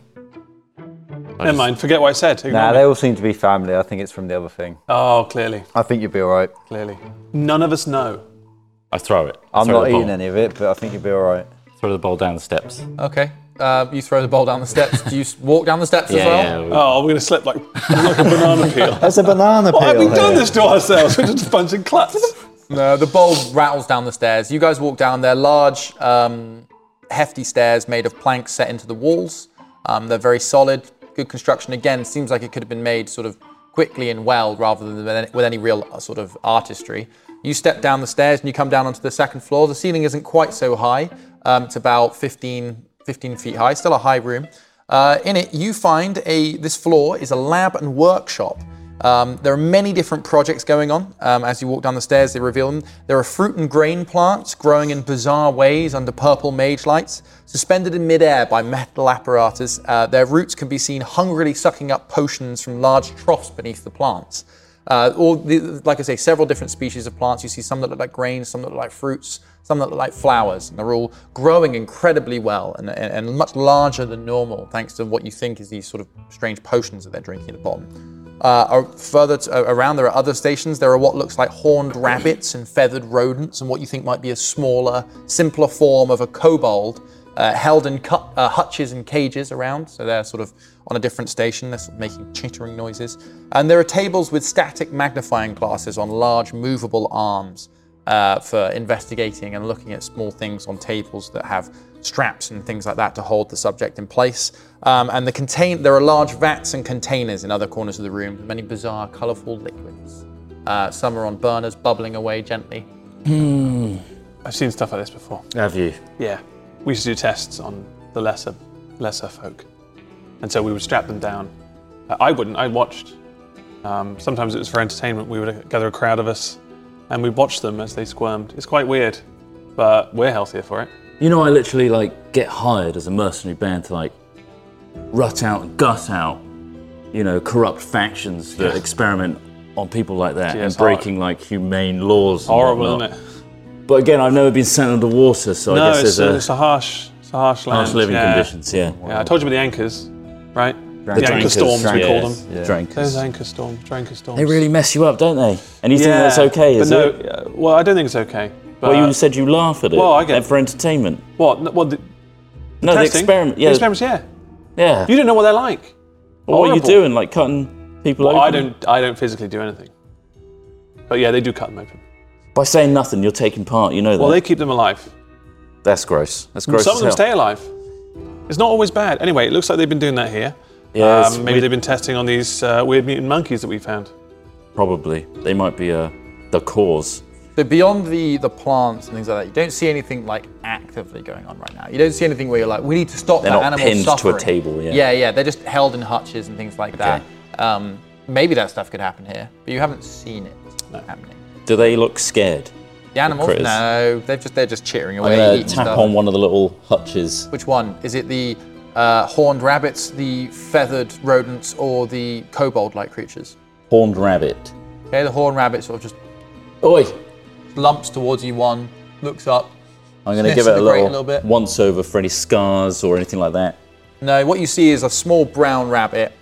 Speaker 3: Never
Speaker 4: just-
Speaker 3: mind. Forget what I said. Ignore
Speaker 6: Nah,
Speaker 3: me.
Speaker 6: they all seem to be family. I think it's from the other thing.
Speaker 3: Oh, clearly,
Speaker 6: I think you'll be all right.
Speaker 3: clearly. None of us know.
Speaker 4: I throw it. I
Speaker 6: I'm
Speaker 4: throw
Speaker 6: not
Speaker 4: the bowl.
Speaker 6: eating any of it, but I think you'll be all right.
Speaker 4: Throw the bowl down the steps.
Speaker 2: Okay. Uh, you throw the bowl down the steps. Do you s- walk down the steps as well?
Speaker 4: yeah, yeah.
Speaker 3: Oh, we're gonna slip like like a banana peel.
Speaker 6: That's a banana peel.
Speaker 3: Why have we done
Speaker 6: here.
Speaker 3: this to ourselves? We're just punching claps.
Speaker 2: No, the bowl rattles down the stairs. You guys walk down. They're large, um, hefty stairs made of planks set into the walls. Um, they're very solid, good construction. Again, seems like it could have been made sort of quickly and well rather than with any, with any real uh, sort of artistry. You step down the stairs and you come down onto the second floor. The ceiling isn't quite so high, um, it's about 15, 15 feet high, still a high room. Uh, in it, you find a this floor is a lab and workshop. Um, there are many different projects going on. Um, as you walk down the stairs, they reveal them. There are fruit and grain plants growing in bizarre ways under purple mage lights, suspended in midair by metal apparatus. Uh, their roots can be seen hungrily sucking up potions from large troughs beneath the plants. Uh, all the, like I say, several different species of plants. You see some that look like grains, some that look like fruits, some that look like flowers, and they're all growing incredibly well and, and, and much larger than normal, thanks to what you think is these sort of strange potions that they're drinking at the bottom. Uh, ar- further to, uh, around, there are other stations. There are what looks like horned rabbits and feathered rodents, and what you think might be a smaller, simpler form of a kobold, uh, held in cut, uh, hutches and cages around. So they're sort of on a different station. They're sort of making chittering noises. And there are tables with static magnifying glasses on large, movable arms uh, for investigating and looking at small things on tables that have straps and things like that to hold the subject in place. Um, and the contain there are large vats and containers in other corners of the room with many bizarre, colourful liquids. Uh, some are on burners, bubbling away gently.
Speaker 3: I've seen stuff like this before.
Speaker 4: Have you?
Speaker 3: Yeah, we used to do tests on the lesser, lesser folk, and so we would strap them down. Uh, I wouldn't. I watched. Um, sometimes it was for entertainment. We would gather a crowd of us, and we'd watch them as they squirmed. It's quite weird, but we're healthier for it.
Speaker 4: You know, I literally like get hired as a mercenary band to like rut out and gut out you know, corrupt factions that experiment on people like that
Speaker 3: Yeah,
Speaker 4: and
Speaker 3: it's hard.
Speaker 4: breaking like humane laws. and
Speaker 3: Horrible,
Speaker 4: whatnot.
Speaker 3: isn't it?
Speaker 4: But again, I've never been sent underwater, so I
Speaker 3: No,
Speaker 4: guess
Speaker 3: it's,
Speaker 4: there's
Speaker 3: a,
Speaker 4: a
Speaker 3: it's a harsh, it's a harsh land.
Speaker 4: harsh living
Speaker 3: yeah.
Speaker 4: conditions. Yeah.
Speaker 3: Yeah, I told you about the anchors, right? The, anchor
Speaker 4: Drankers,
Speaker 3: storms, we call
Speaker 4: yes,
Speaker 3: them.
Speaker 4: Drankers.
Speaker 3: Those anchor storms, anchor storms.
Speaker 4: They really mess you up, don't they? And you think that's okay,
Speaker 3: but
Speaker 4: is
Speaker 3: no,
Speaker 4: it?
Speaker 3: uh, well, I don't think it's okay. But
Speaker 4: Well, you said you laugh at it.
Speaker 3: Well, I get-
Speaker 4: uh, for entertainment.
Speaker 3: what? n- What? The,
Speaker 4: No, the
Speaker 3: testing?
Speaker 4: experiment. Yeah,
Speaker 3: The experiments, yeah.
Speaker 4: yeah.
Speaker 3: You don't know what they're like.
Speaker 4: Well, what are you
Speaker 3: horrible.
Speaker 4: doing? Like cutting people
Speaker 3: Well,
Speaker 4: open?
Speaker 3: I don't. I don't physically do anything. But yeah, they do cut them open.
Speaker 4: By saying nothing, you're taking part. You know that.
Speaker 3: Well, they keep them alive.
Speaker 4: That's gross. That's gross.
Speaker 3: Some of them
Speaker 4: as
Speaker 3: stay
Speaker 4: hell.
Speaker 3: alive. It's not always bad. Anyway, it looks like they've been doing that here.
Speaker 4: Yeah, it's
Speaker 3: um, maybe
Speaker 4: weird.
Speaker 3: they've been testing on these uh, weird mutant monkeys that we found.
Speaker 4: Probably. They might be uh, the cause.
Speaker 2: So beyond the the plants and things like that, you don't see anything like actively going on right now. You don't see anything where you're like, we need to stop
Speaker 4: They're
Speaker 2: that
Speaker 4: not
Speaker 2: animal
Speaker 4: pinned to a
Speaker 2: suffering.
Speaker 4: table, yeah.
Speaker 2: yeah, yeah. They're just held in hutches and things like that. Um, maybe that stuff could happen here, but you haven't seen it happening.
Speaker 4: Do they look scared? Uh,
Speaker 2: The animals?
Speaker 4: critters.
Speaker 2: No, they're just they're just chittering
Speaker 9: I'm
Speaker 2: away.
Speaker 9: gonna
Speaker 2: eating
Speaker 9: tap
Speaker 2: stuff.
Speaker 9: on one of the little hutches.
Speaker 2: Which one? Is it the uh, horned rabbits, the feathered rodents, or the kobold-like creatures?
Speaker 9: Horned rabbit.
Speaker 2: Okay, the horned rabbit sort of just
Speaker 9: Oi!
Speaker 2: lumps towards you. One looks up.
Speaker 9: I'm gonna
Speaker 2: Sniffs
Speaker 9: give
Speaker 2: at
Speaker 9: it a
Speaker 2: the grate
Speaker 9: little,
Speaker 2: a little bit.
Speaker 9: once over for any scars or anything like that.
Speaker 2: No, what you see is a small brown rabbit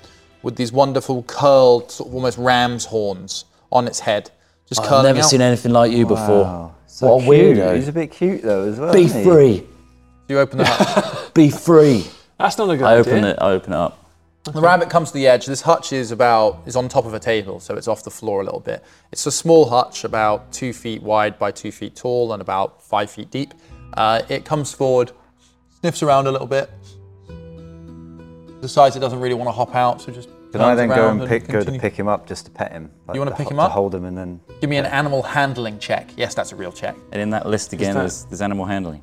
Speaker 2: with these wonderful curled, sort of almost ram's horns on its head, just
Speaker 9: I've
Speaker 2: curling
Speaker 9: never
Speaker 2: out.
Speaker 9: seen anything like you before. what a weirdo.
Speaker 6: He's a bit cute though as well.
Speaker 9: Be
Speaker 6: isn't he?
Speaker 9: free.
Speaker 2: You open the hut.
Speaker 9: Be free.
Speaker 3: That's not a good
Speaker 2: Oh,
Speaker 4: I
Speaker 3: idea.
Speaker 4: open it. I open it up.
Speaker 2: the rabbit comes to the edge. This hutch is about is on top of a table, so it's off the floor a little bit. It's a small hutch, about two feet wide by two feet tall and about five feet deep. Uh, it comes forward, sniffs around a little bit, decides it doesn't really want to hop out, so just.
Speaker 6: Can I
Speaker 2: turns
Speaker 6: then go
Speaker 2: around
Speaker 6: and pick go to
Speaker 2: continue-
Speaker 6: pick him up just to pet him? Like
Speaker 2: You wanna
Speaker 6: to
Speaker 2: pick
Speaker 6: ho-
Speaker 2: him up?
Speaker 6: To hold him and then
Speaker 2: Give me an animal handling check. Yes, that's a real check.
Speaker 6: Oh,
Speaker 4: And in that list again, there's, there's animal handling.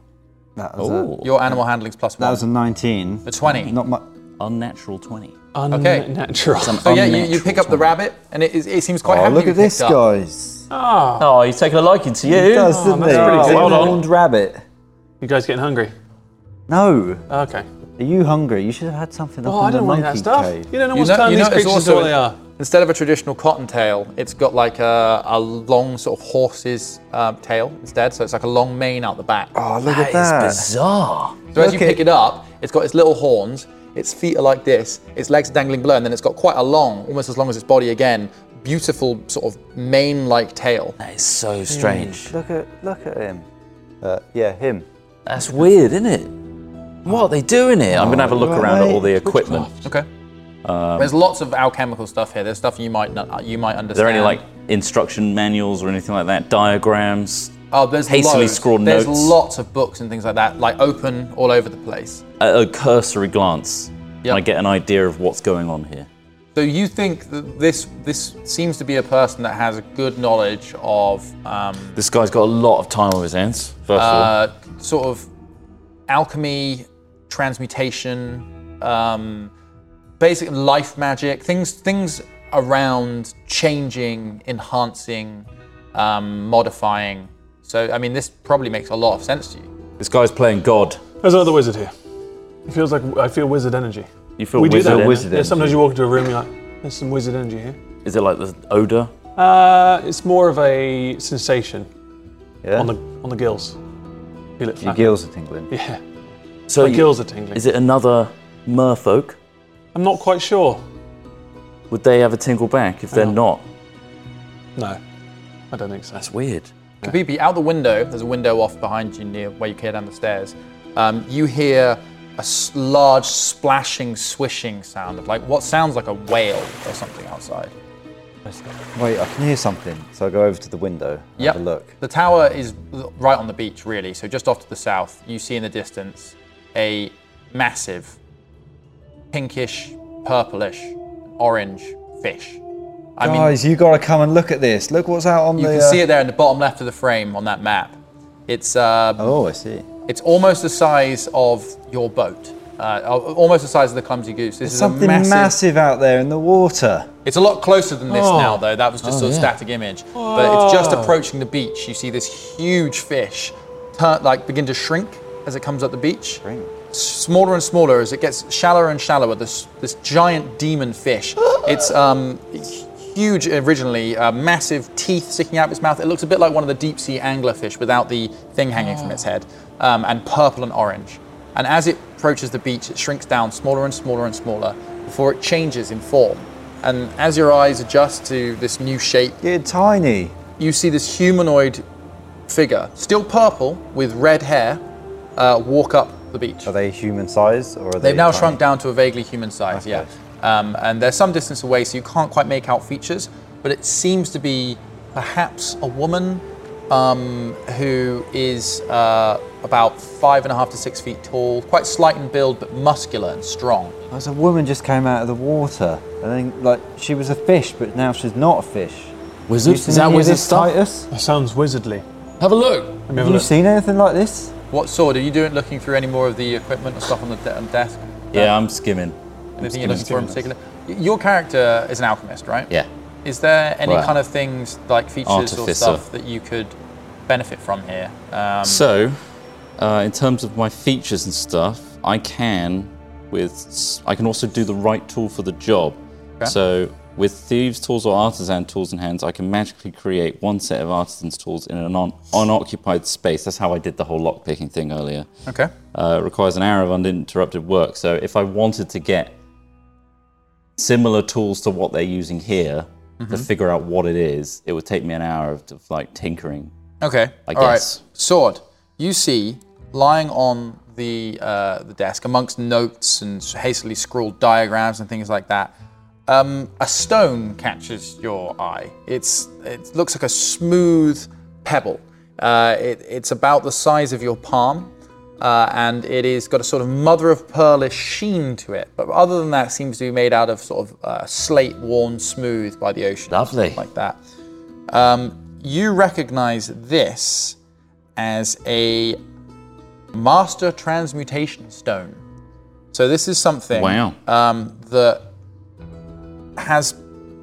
Speaker 6: that was, a,
Speaker 4: Oh,
Speaker 2: Your animal handling's plus one.
Speaker 6: that was a 19.
Speaker 2: a 20.
Speaker 6: Not much.
Speaker 4: unnatural twenty.
Speaker 2: Okay.
Speaker 3: Unnatural.
Speaker 2: So Oh, yeah, you, you pick up the rabbit, and it, is, it seems quite
Speaker 6: Oh,
Speaker 2: happy.
Speaker 6: look
Speaker 2: you
Speaker 6: at this,
Speaker 2: picked up.
Speaker 6: guys.
Speaker 4: Oh, he's taking a liking to you.
Speaker 6: He does, doesn't he?
Speaker 3: pretty good.
Speaker 6: He's a
Speaker 3: Hold on.
Speaker 6: horned rabbit.
Speaker 3: You guys getting hungry?
Speaker 6: No.
Speaker 3: Okay.
Speaker 6: Are you hungry? You should have had something up
Speaker 3: Oh, I
Speaker 6: in the
Speaker 3: don't want that
Speaker 6: monkey
Speaker 3: stuff.
Speaker 6: cave.
Speaker 3: You don't know
Speaker 2: You
Speaker 3: what's
Speaker 2: know-
Speaker 3: turning
Speaker 2: you
Speaker 3: these
Speaker 2: notice
Speaker 3: creatures to
Speaker 2: also
Speaker 3: what they
Speaker 2: it-
Speaker 3: are.
Speaker 2: Instead of a traditional cottontail, it's got like a, a long sort of horse's um, tail instead. So it's like a long mane out the back.
Speaker 6: Oh, look at that.
Speaker 9: Bizarre.
Speaker 2: so as you
Speaker 6: look
Speaker 2: pick
Speaker 6: at-
Speaker 2: it up, it's got its little horns. Its feet are like this. Its legs are dangling below, and then it's got quite a long, almost as long as its body again, beautiful sort of mane-like tail.
Speaker 9: That is so strange.
Speaker 6: Look at look at him. Uh, yeah, him.
Speaker 9: That's weird, isn't it? What are they doing here?
Speaker 4: I'm gonna have a look around at all the
Speaker 6: Right.
Speaker 4: equipment. Is
Speaker 2: Okay.
Speaker 4: Um,
Speaker 2: There's lots of alchemical stuff here. There's stuff you might not, you might understand.
Speaker 4: there any like instruction manuals or anything like that? Diagrams?
Speaker 2: Oh, there's
Speaker 4: hastily
Speaker 2: loads.
Speaker 4: scrawled
Speaker 2: there's
Speaker 4: notes.
Speaker 2: lots of books and things like that, like open all over the place.
Speaker 4: At a cursory glance,
Speaker 2: Yep.
Speaker 4: I get an idea of what's going on here.
Speaker 2: So you think that this this seems to be a person that has a good knowledge of um,
Speaker 4: This guy's got a lot of time on his hands. First of all,
Speaker 2: uh, sort of alchemy, transmutation, um, basic life magic, things things around changing, enhancing, um, modifying. So I mean, this probably makes a lot of sense to you.
Speaker 4: this guy's playing God.
Speaker 3: There's another wizard here. It feels like I feel wizard energy.
Speaker 4: You feel
Speaker 3: we
Speaker 4: wizard
Speaker 3: do that.
Speaker 4: in?
Speaker 3: yeah, sometimes you walk into a room, you're like, "There's some wizard energy here."
Speaker 4: Is it like the odor?
Speaker 3: Uh, it's more of a sensation
Speaker 6: Yeah.
Speaker 3: on the on the gills. Feel it
Speaker 6: Your
Speaker 3: flapping.
Speaker 6: gills are tingling.
Speaker 3: Yeah,
Speaker 4: So
Speaker 3: my
Speaker 4: you-
Speaker 3: gills are tingling.
Speaker 4: is it another merfolk?
Speaker 3: I'm not quite sure.
Speaker 4: Would they have a tingle back if they're
Speaker 3: Hang
Speaker 4: not?
Speaker 3: No, I don't think so.
Speaker 4: That's weird.
Speaker 2: Kabibi, out the window, there's a window off behind you near where you came down the stairs. Um, you hear a s- large splashing, swishing sound of like what sounds like a whale or something outside.
Speaker 6: Wait, I can hear something. So I go over to the window. and
Speaker 2: Yep.
Speaker 6: Have a look.
Speaker 2: The tower is l- right on the beach, really. So just off to the south, you see in the distance a massive pinkish, purplish, orange fish. I
Speaker 6: Guys, you gotta come and look at this. Look what's out on
Speaker 2: you
Speaker 6: the.
Speaker 2: can
Speaker 6: uh,
Speaker 2: see it there in the bottom left of the frame on that map. It's uh,
Speaker 6: Oh, I see.
Speaker 2: It's almost the size of your boat. Uh, al- almost the size of the clumsy goose. This is
Speaker 6: Something
Speaker 2: a massive,
Speaker 6: massive... Oh. out there in the water.
Speaker 2: It's a lot closer than this now, though. That was just a static image. But it's
Speaker 6: Oh.
Speaker 2: just approaching the beach. You see this huge fish, turn, like begin to shrink as it comes up the beach.
Speaker 6: Drink.
Speaker 2: smaller and smaller as it gets shallower and shallower. This this giant demon fish. It's um, huge originally, uh, massive teeth sticking out of its mouth. It looks a bit like one of the deep sea anglerfish without the thing hanging from its head, um, and purple and orange. And as it approaches the beach, it shrinks down smaller and smaller and smaller before it changes in form. And as your eyes adjust to this new shape,
Speaker 6: You're tiny.
Speaker 2: you see this humanoid figure, still purple with red hair, uh, walk up the beach.
Speaker 6: Are they human size or are they?
Speaker 2: They've now
Speaker 6: tiny?
Speaker 2: shrunk down to a vaguely human size, yeah. Um, and they're some distance away, so you can't quite make out features, but it seems to be perhaps a woman um, who is uh, about five and a half to six feet tall, quite slight in build, but muscular and strong.
Speaker 6: As a woman just came out of the water, and then like she was a fish, but now she's not a fish.
Speaker 9: Wizard?
Speaker 6: You seen
Speaker 9: Is that
Speaker 6: any of
Speaker 9: wizard
Speaker 6: this,
Speaker 9: stuff?
Speaker 6: Titus?
Speaker 3: That sounds wizardly.
Speaker 1: Have a look.
Speaker 3: Let me have
Speaker 6: Have
Speaker 3: a
Speaker 6: you
Speaker 3: look.
Speaker 6: seen anything like this?
Speaker 2: What sword? Are you doing looking through any more of the equipment or stuff on the de- on the desk?
Speaker 4: Yeah, I'm skimming.
Speaker 2: Anything you're looking for in particular? Y- Your character is an alchemist, right?
Speaker 4: Yeah.
Speaker 2: Is there any
Speaker 4: Right.
Speaker 2: kind of things like features or
Speaker 4: Artificer.
Speaker 2: stuff that you could benefit from here? Um,
Speaker 4: So, uh, in terms of my features and stuff, I can with s- I can also do the right tool for the job. So, with thieves' tools or artisan tools in hands, I can magically create one set of artisan's tools in an un- unoccupied space. That's how I did the whole lockpicking thing earlier.
Speaker 2: okay.
Speaker 4: Uh, it requires an hour of uninterrupted work. So, if I wanted to get similar tools to what they're using here to figure out what it is, it would take me an hour of, of like tinkering.
Speaker 2: Okay.
Speaker 4: I
Speaker 2: all right.
Speaker 4: guess.
Speaker 2: Sword. You see, lying on the uh, the desk, amongst notes and hastily scrawled diagrams and things like that, um, a stone catches your eye. It's it looks like a smooth pebble. Uh, it, it's about the size of your palm, uh, and it is got a sort of mother of pearlish sheen to it. But other than that, it seems to be made out of sort of uh, slate worn smooth by the ocean.
Speaker 4: Lovely.
Speaker 2: like that. Um, you recognize this as a master transmutation stone. So this is something
Speaker 4: Wow.
Speaker 2: um, that has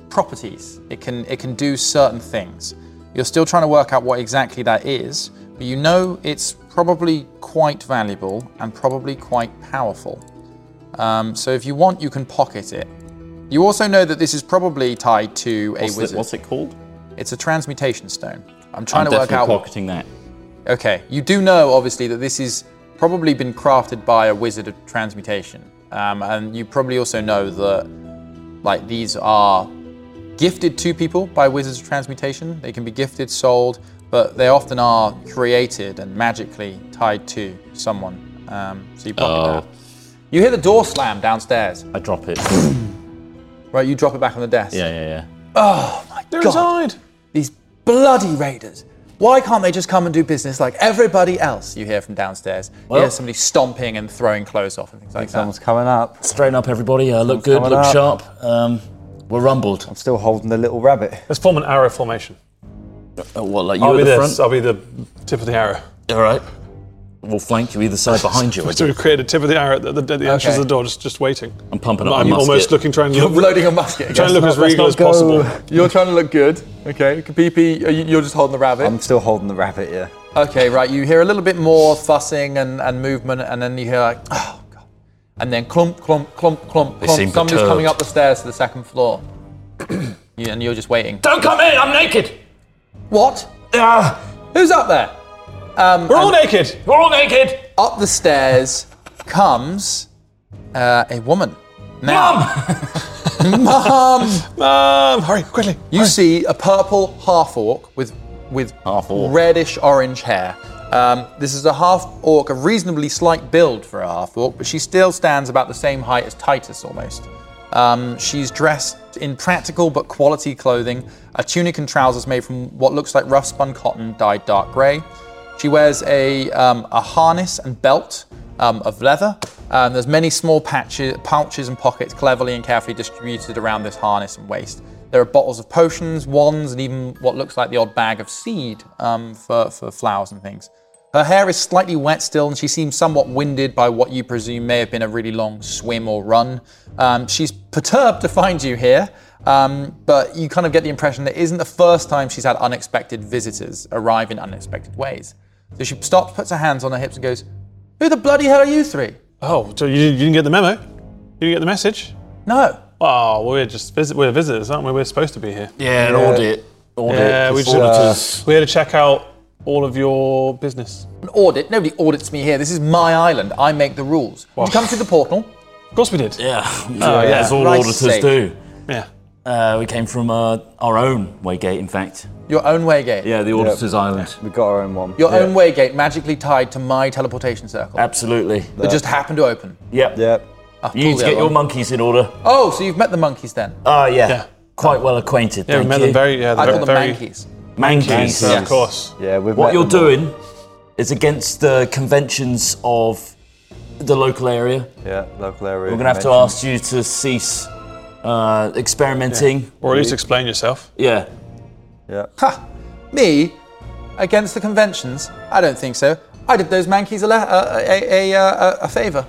Speaker 2: properties. It can it can do certain things. You're still trying to work out what exactly that is, but you know it's probably quite valuable and probably quite powerful. Um, so if you want, you can pocket it. You also know that this is probably tied to a
Speaker 4: What's,
Speaker 2: wizard.
Speaker 4: it, what's it called?
Speaker 2: It's a transmutation stone. I'm
Speaker 4: I'm
Speaker 2: trying to work
Speaker 4: definitely
Speaker 2: out.
Speaker 4: pocketing that.
Speaker 2: Okay, you do know obviously that this is probably been crafted by a wizard of transmutation, um, and you probably also know that like these are gifted to people by wizards of transmutation. They can be gifted, sold, but they often are created and magically tied to someone. Um, so you pocket
Speaker 4: Oh.
Speaker 2: that. You hear the door slam downstairs.
Speaker 4: I drop it.
Speaker 2: Right, you drop it back on the desk.
Speaker 4: yeah, yeah, yeah.
Speaker 3: They're
Speaker 2: God.
Speaker 3: inside.
Speaker 2: These bloody raiders. Why can't they just come and do business like everybody else? You hear from downstairs. you hear somebody stomping and throwing clothes off and things like that.
Speaker 6: Someone's coming up.
Speaker 9: Straighten up, everybody. Uh, look good,
Speaker 6: coming
Speaker 9: look
Speaker 6: up.
Speaker 9: sharp. Um, we're rumbled.
Speaker 6: I'm still holding the little rabbit.
Speaker 3: Let's form an arrow formation.
Speaker 9: Uh, what, like you
Speaker 3: I'll
Speaker 9: at
Speaker 3: be
Speaker 9: the
Speaker 3: this.
Speaker 9: front?
Speaker 3: I'll be the tip of the arrow.
Speaker 9: All right. We'll flank you either side behind you. I
Speaker 3: So we create a tip of the arrow at the, the, the entrance
Speaker 2: Okay.
Speaker 3: of the door, just just waiting.
Speaker 4: I'm pumping
Speaker 3: I'm,
Speaker 4: up my musket.
Speaker 3: almost looking, trying to
Speaker 2: You're
Speaker 3: look,
Speaker 2: loading a musket.
Speaker 3: trying to
Speaker 2: again.
Speaker 3: look as
Speaker 6: let's
Speaker 3: regal
Speaker 6: not
Speaker 3: as
Speaker 6: go-
Speaker 3: possible.
Speaker 2: You're trying to look good. Okay. PP, are you- you're just holding the rabbit.
Speaker 6: I'm still holding the rabbit, yeah.
Speaker 2: okay, right. You hear a little bit more fussing and, and movement, and then you hear like, oh, God. And then clump, clump, clump, clump, clump.
Speaker 9: seem
Speaker 2: Somebody's
Speaker 9: perturbed.
Speaker 2: coming up the stairs to the second floor. You- and you're just waiting.
Speaker 9: Don't come in. I'm naked.
Speaker 2: What?
Speaker 9: Ah,
Speaker 2: Who's up there? Um,
Speaker 3: We're all naked.
Speaker 9: we're all naked.
Speaker 2: up the stairs comes uh, a woman. Now, Mom!
Speaker 3: Um, hurry quickly.
Speaker 2: You see a purple half orc with with
Speaker 4: Half-orc.
Speaker 2: reddish orange hair. Um, this is a half orc, a reasonably slight build for a half orc, but she still stands about the same height as Titus almost. Um, she's dressed in practical but quality clothing, a tunic and trousers made from what looks like rough spun cotton dyed dark grey. She wears a, um, a harness and belt um, of leather. Um, there's many small patches, pouches and pockets cleverly and carefully distributed around this harness and waist. There are bottles of potions, wands, and even what looks like the odd bag of seed um, for, for flowers and things. Her hair is slightly wet still, and she seems somewhat winded by what you presume may have been a really long swim or run. Um, she's perturbed to find you here, um, but you kind of get the impression that it isn't the first time she's had unexpected visitors arrive in unexpected ways. So she stops, puts her hands on her hips, and goes, Who the bloody hell are you three?
Speaker 3: Oh, so you, you didn't get the memo? You didn't get the message?
Speaker 2: No.
Speaker 3: Oh, we're just visit, we're visitors, aren't we? We're supposed to be here.
Speaker 9: Yeah, an audit. Audit.
Speaker 3: Yeah, we just
Speaker 9: auditors.
Speaker 3: we had to check out all of your business.
Speaker 2: An audit. Nobody audits me here. This is my island. I make the rules. You come through the portal.
Speaker 3: Of course we did. Oh,
Speaker 9: yeah. yeah, as all
Speaker 2: Christ's sake.
Speaker 9: auditors do.
Speaker 3: Yeah.
Speaker 9: Uh, we came from uh, our own Waygate, in fact.
Speaker 2: Your own way gate.
Speaker 9: Yeah, the Auditor's Island.
Speaker 6: We got our own one.
Speaker 2: Your own way gate magically tied to my teleportation circle.
Speaker 9: Absolutely.
Speaker 2: that just happened to open.
Speaker 9: Yep.
Speaker 6: Yep.
Speaker 9: You need
Speaker 2: pull the
Speaker 9: to get
Speaker 2: other
Speaker 9: your
Speaker 2: one.
Speaker 9: monkeys in order.
Speaker 2: Oh, so you've met the monkeys then?
Speaker 9: Oh, yeah.
Speaker 3: Yeah.
Speaker 9: Quite well acquainted.
Speaker 3: Yeah, we
Speaker 9: thank
Speaker 3: met
Speaker 9: you.
Speaker 3: them very yeah,
Speaker 2: I
Speaker 3: they're
Speaker 2: call them
Speaker 3: very
Speaker 2: mankeys.
Speaker 9: Mankeys.
Speaker 3: Yeah,
Speaker 2: Yes.
Speaker 3: of course.
Speaker 6: Yeah, we've met
Speaker 9: What you're
Speaker 6: them all.
Speaker 9: doing is against the conventions of the local area.
Speaker 6: Yeah, local area.
Speaker 9: We're going to have to ask you to cease uh, experimenting.
Speaker 3: Or at least explain yourself.
Speaker 9: Yeah.
Speaker 2: Ha! Me? Against the conventions? I don't think so. I did those mankeys a, le- a, a, a, a, a favour.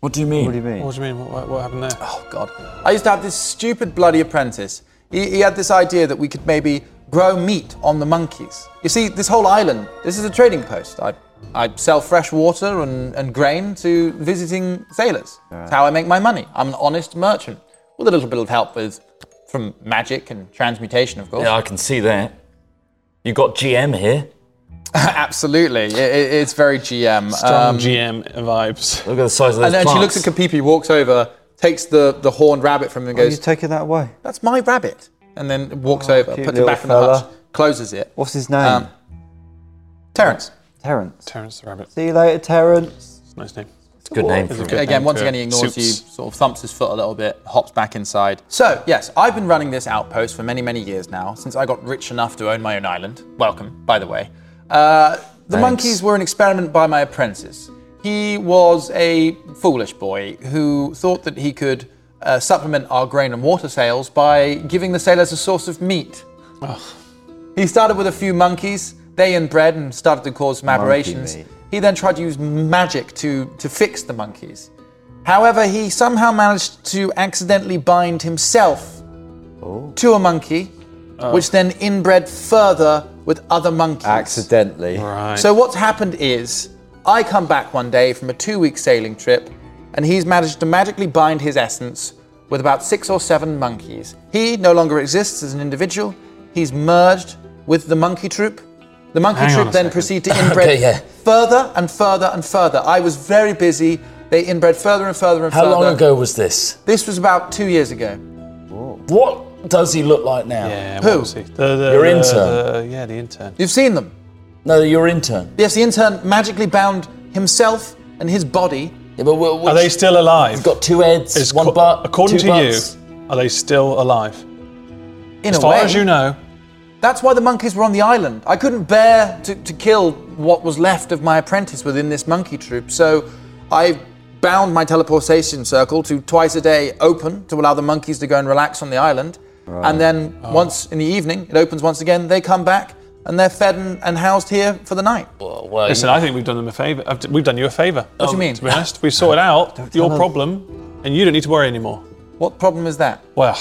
Speaker 9: What do you mean?
Speaker 6: What do you mean?
Speaker 3: What do you mean? What, what happened there?
Speaker 2: Oh, God. I used to have this stupid bloody apprentice. He, he had this idea that we could maybe grow meat on the monkeys. You see, this whole island, this is a trading post. I, I sell fresh water and, and grain to visiting sailors. That's how I make my money. I'm an honest merchant with a little bit of help with from magic and transmutation, of course.
Speaker 9: Yeah, I can see that. You got GM here.
Speaker 2: Absolutely. It, it- it's very GM.
Speaker 3: Strong
Speaker 2: Um,
Speaker 3: GM vibes.
Speaker 9: Look at the size of those
Speaker 2: and then she
Speaker 9: plants.
Speaker 2: looks at Kapipi, walks over, takes the, the horned rabbit from him and
Speaker 6: Are you
Speaker 2: goes,
Speaker 6: taking that away?
Speaker 2: That's my rabbit. And then walks over,
Speaker 6: cute
Speaker 2: puts it back
Speaker 6: little
Speaker 2: in the
Speaker 6: fella.
Speaker 2: hutch, closes it.
Speaker 6: What's his name?
Speaker 2: Um, Terence.
Speaker 6: Terence.
Speaker 3: Terence the Rabbit.
Speaker 6: See you later, Terence.
Speaker 3: Nice name.
Speaker 9: It's a good name.
Speaker 3: It's
Speaker 9: For
Speaker 3: a
Speaker 9: it.
Speaker 3: good
Speaker 2: Again,
Speaker 3: name
Speaker 2: once
Speaker 3: for
Speaker 2: again, he ignores you,
Speaker 3: suits.
Speaker 2: sort of thumps his foot a little bit, hops back inside. So, yes, I've been running this outpost for many, many years now, since I got rich enough to own my own island. Welcome, by the way. Uh, the monkeys were an experiment by my apprentice. He was a foolish boy who thought that he could uh, supplement our grain and water sales by giving the sailors a source of meat. He started with a few monkeys. They inbred and started to cause some aberrations.
Speaker 6: meat.
Speaker 2: He then tried to use magic to, to fix the monkeys. However, he somehow managed to accidentally bind himself
Speaker 6: Oh.
Speaker 2: to a monkey, which then inbred further with other monkeys.
Speaker 6: Accidentally.
Speaker 3: Right.
Speaker 2: So what's happened is, I come back one day from a two-week sailing trip, and he's managed to magically bind his essence with about six or seven monkeys. He no longer exists as an individual. He's merged with the monkey troop. The monkey
Speaker 3: Hang on
Speaker 2: troop
Speaker 3: a
Speaker 2: then
Speaker 3: second.
Speaker 2: proceed to inbred
Speaker 9: Okay, yeah.
Speaker 2: further and further and further. I was very busy. They inbred further and further and
Speaker 9: How
Speaker 2: further.
Speaker 9: long ago was this?
Speaker 2: This was about two years ago.
Speaker 9: What does he look like now?
Speaker 3: Yeah,
Speaker 2: Who?
Speaker 3: what was he? The, the,
Speaker 9: Your
Speaker 3: the-
Speaker 9: intern.
Speaker 3: the- yeah, the intern.
Speaker 2: You've seen them.
Speaker 9: No, your intern.
Speaker 2: Yes, the intern magically bound himself and his body.
Speaker 9: Yeah, but wh- which-
Speaker 3: Are they still alive?
Speaker 9: He's got two heads,
Speaker 3: Is
Speaker 9: one
Speaker 3: co-
Speaker 9: butt.
Speaker 3: According
Speaker 9: two
Speaker 3: to
Speaker 9: butts.
Speaker 3: you, are they still alive?
Speaker 2: In
Speaker 3: As
Speaker 2: a
Speaker 3: far
Speaker 2: way,
Speaker 3: as you know,
Speaker 2: That's why the monkeys were on the island. I couldn't bear to, to kill what was left of my apprentice within this monkey troop, so I bound my teleportation circle to twice a day open to allow the monkeys to go and relax on the island. And then
Speaker 3: Oh.
Speaker 2: once in the evening, it opens once again, they come back and they're fed and, and housed here for the night. What
Speaker 9: Oh, Well, well,
Speaker 3: listen, I think we've done them a favour. I've d- We've done you a favour.
Speaker 2: do you mean?
Speaker 3: To be honest, we sorted out your
Speaker 6: tell us.
Speaker 3: problem, and you don't need to worry anymore.
Speaker 2: What problem is that?
Speaker 3: Well,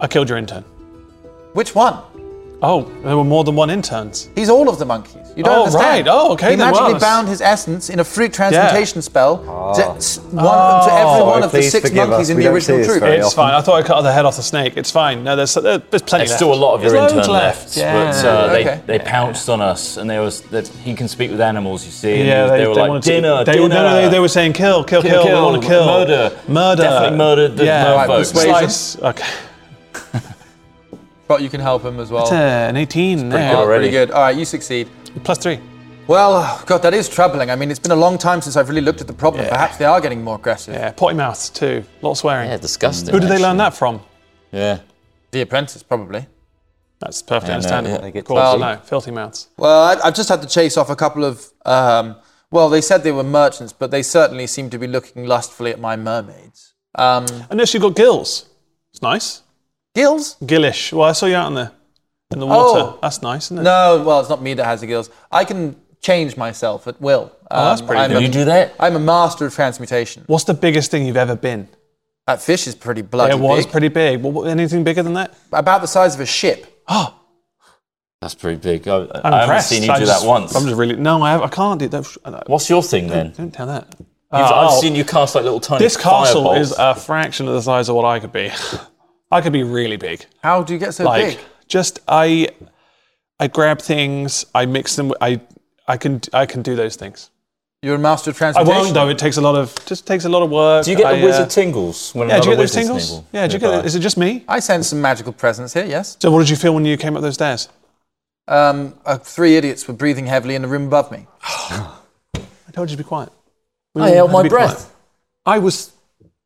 Speaker 3: I killed your intern.
Speaker 2: Which one?
Speaker 3: Oh, there were more than one interns.
Speaker 2: He's all of the monkeys. You don't
Speaker 3: Oh,
Speaker 2: understand.
Speaker 3: right. Oh, okay,
Speaker 2: He
Speaker 3: then,
Speaker 2: magically
Speaker 3: wow, that's-
Speaker 2: bound his essence in a free transmutation spell to, s- one, to every
Speaker 3: Oh.
Speaker 2: one of the
Speaker 6: Ah. Please
Speaker 2: six
Speaker 6: forgive
Speaker 2: monkeys
Speaker 6: us.
Speaker 2: in
Speaker 6: We
Speaker 2: the
Speaker 6: don't
Speaker 2: original
Speaker 6: see this
Speaker 2: troop.
Speaker 6: very
Speaker 3: It's
Speaker 6: often.
Speaker 3: fine. I thought I cut the head off the snake. It's fine. No, there's there's plenty
Speaker 9: There's
Speaker 3: left.
Speaker 9: still a lot of your
Speaker 3: There's
Speaker 9: intern
Speaker 3: loads
Speaker 9: left,
Speaker 3: Yeah.
Speaker 9: but uh,
Speaker 2: okay.
Speaker 4: They pounced on us, and there was that he can speak with animals. You see, and
Speaker 3: Yeah,
Speaker 4: they, they were like
Speaker 3: wanted to-
Speaker 4: dinner,
Speaker 3: they,
Speaker 4: dinner.
Speaker 3: No, no, they, they were saying kill, kill, kill.
Speaker 4: Kill,
Speaker 3: we
Speaker 4: kill,
Speaker 3: want to kill.
Speaker 4: murder.
Speaker 3: murder.
Speaker 4: Definitely murdered the
Speaker 3: yeah,
Speaker 4: murder
Speaker 2: right,
Speaker 4: folks.
Speaker 2: persuasion.
Speaker 3: slice. Okay,
Speaker 2: But you can help him as well.
Speaker 3: Uh, an 18
Speaker 4: pretty
Speaker 3: there.
Speaker 4: good already.
Speaker 2: Pretty good. All right, you succeed.
Speaker 3: Plus three.
Speaker 2: Well, God, that is troubling. I mean, it's been a long time since I've really looked at the problem. Perhaps they are getting more aggressive.
Speaker 3: Yeah, potty mouths too. A lot of swearing.
Speaker 9: yeah, disgusting.
Speaker 3: Who did they learn that from?
Speaker 9: Yeah.
Speaker 2: The apprentice, probably.
Speaker 3: That's perfectly
Speaker 9: Yeah, no,
Speaker 3: understandable.
Speaker 9: yeah, they get
Speaker 3: Of course,
Speaker 2: Well-
Speaker 3: no, filthy mouths.
Speaker 2: Well, I, I've just had to chase off a couple of. Um, well, they said they were merchants, but they certainly seem to be looking lustfully at my mermaids. Um,
Speaker 3: Unless you've got gills. It's nice.
Speaker 2: gills?
Speaker 3: Gillish. Well, I saw you out in the in the water.
Speaker 2: Oh.
Speaker 3: That's nice, isn't it?
Speaker 2: No, well, it's not me that has the gills. I can change myself at will. Um,
Speaker 3: Oh, that's pretty
Speaker 2: I'm
Speaker 3: good.
Speaker 2: a-
Speaker 9: You do that?
Speaker 2: I'm a master of transmutation.
Speaker 3: What's the biggest thing you've ever been?
Speaker 2: That fish is pretty bloody
Speaker 3: it was
Speaker 2: big.
Speaker 3: pretty big. Well, what- anything bigger than that?
Speaker 2: About the size of a ship.
Speaker 3: Oh,
Speaker 4: That's pretty big. I, I
Speaker 3: I'm
Speaker 4: haven't
Speaker 3: impressed.
Speaker 4: seen you
Speaker 3: I
Speaker 4: do
Speaker 3: just-
Speaker 4: that once.
Speaker 3: I'm just really no. I, have, I can't do that.
Speaker 4: What's your thing then?
Speaker 3: Don't tell that.
Speaker 9: I've
Speaker 3: oh.
Speaker 9: seen you cast like little tiny.
Speaker 3: This castle
Speaker 9: fireballs.
Speaker 3: is a fraction of the size of what I could be. I could be really big.
Speaker 2: How do you get so
Speaker 3: Like
Speaker 2: big?
Speaker 3: just I, I grab things. I mix them. with- I I can I can do those things.
Speaker 2: You're a master of
Speaker 3: I
Speaker 2: transportation.
Speaker 3: won't though. It takes a lot of just takes a lot of work.
Speaker 9: Do you get
Speaker 3: I,
Speaker 9: the
Speaker 3: uh,
Speaker 9: wizard tingles when
Speaker 3: Yeah, do
Speaker 9: another
Speaker 3: you get those
Speaker 9: wizard's
Speaker 3: tingles?
Speaker 9: tingle
Speaker 3: Yeah, do you get?
Speaker 9: nearby?
Speaker 3: Is it just me?
Speaker 2: I sense some magical presence here. Yes.
Speaker 3: So what did you feel when you came up those stairs?
Speaker 2: Um, uh, three idiots were breathing heavily in the room above me.
Speaker 3: I told you to be quiet.
Speaker 9: I held my breath.
Speaker 3: I was.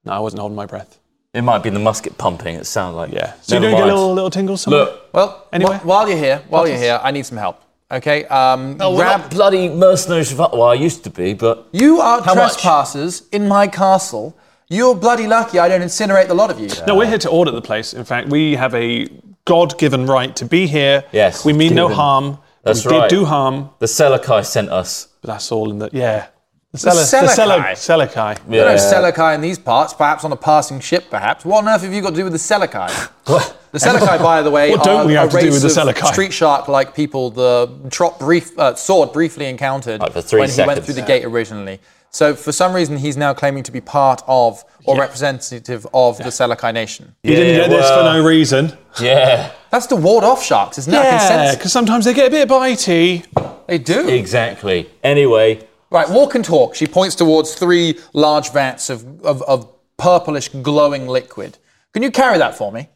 Speaker 3: No, I wasn't holding my breath.
Speaker 9: It might be the musket pumping. It sounds like.
Speaker 3: Yeah. So
Speaker 9: Never
Speaker 3: you don't get
Speaker 9: mind.
Speaker 3: little little tingles. Somewhere?
Speaker 9: Look,
Speaker 2: Well, wh-
Speaker 3: Anyway.
Speaker 2: while you're here, while you're here, I need some help. Okay. Um,
Speaker 9: oh, we're
Speaker 2: grab-
Speaker 9: not bloody mercenary. survi- Well, I used to be, but
Speaker 2: You are
Speaker 9: How much?
Speaker 2: trespassers in my castle. You're bloody lucky I don't incinerate the lot of you.
Speaker 3: No, we're here to audit the place. In fact, we have a God-given right to be here.
Speaker 9: Yes,
Speaker 3: We mean no
Speaker 9: given.
Speaker 3: harm.
Speaker 9: That's
Speaker 3: we
Speaker 9: right.
Speaker 3: did do harm,
Speaker 9: the Selakai sent us.
Speaker 3: but that's all in the yeah. The cellar,
Speaker 2: Selakai.
Speaker 3: Selakai.
Speaker 2: There are no Selakai in these parts, perhaps on a passing ship, perhaps. What on earth have you got to do with the Selakai? the Selakai, by the way,
Speaker 3: What don't
Speaker 2: are
Speaker 3: we have
Speaker 2: a
Speaker 3: to do
Speaker 2: race
Speaker 3: with the
Speaker 2: of
Speaker 3: Selakai?
Speaker 2: street shark-like people the Trot brief, uh, Sword briefly encountered
Speaker 9: Like for three
Speaker 2: when he went
Speaker 9: seconds.
Speaker 2: through the gate originally. So for some reason, he's now claiming to be part of or representative of the Selakai nation.
Speaker 3: You didn't get this for no reason.
Speaker 9: Yeah,
Speaker 2: That's to ward off sharks, isn't it? I can
Speaker 3: Yeah,
Speaker 2: sense
Speaker 3: because sometimes they get a bit bitey.
Speaker 2: they do.
Speaker 9: exactly. Anyway,
Speaker 2: Right, walk and talk. She points towards three large vats of, of, of purplish glowing liquid. Can you carry that for me?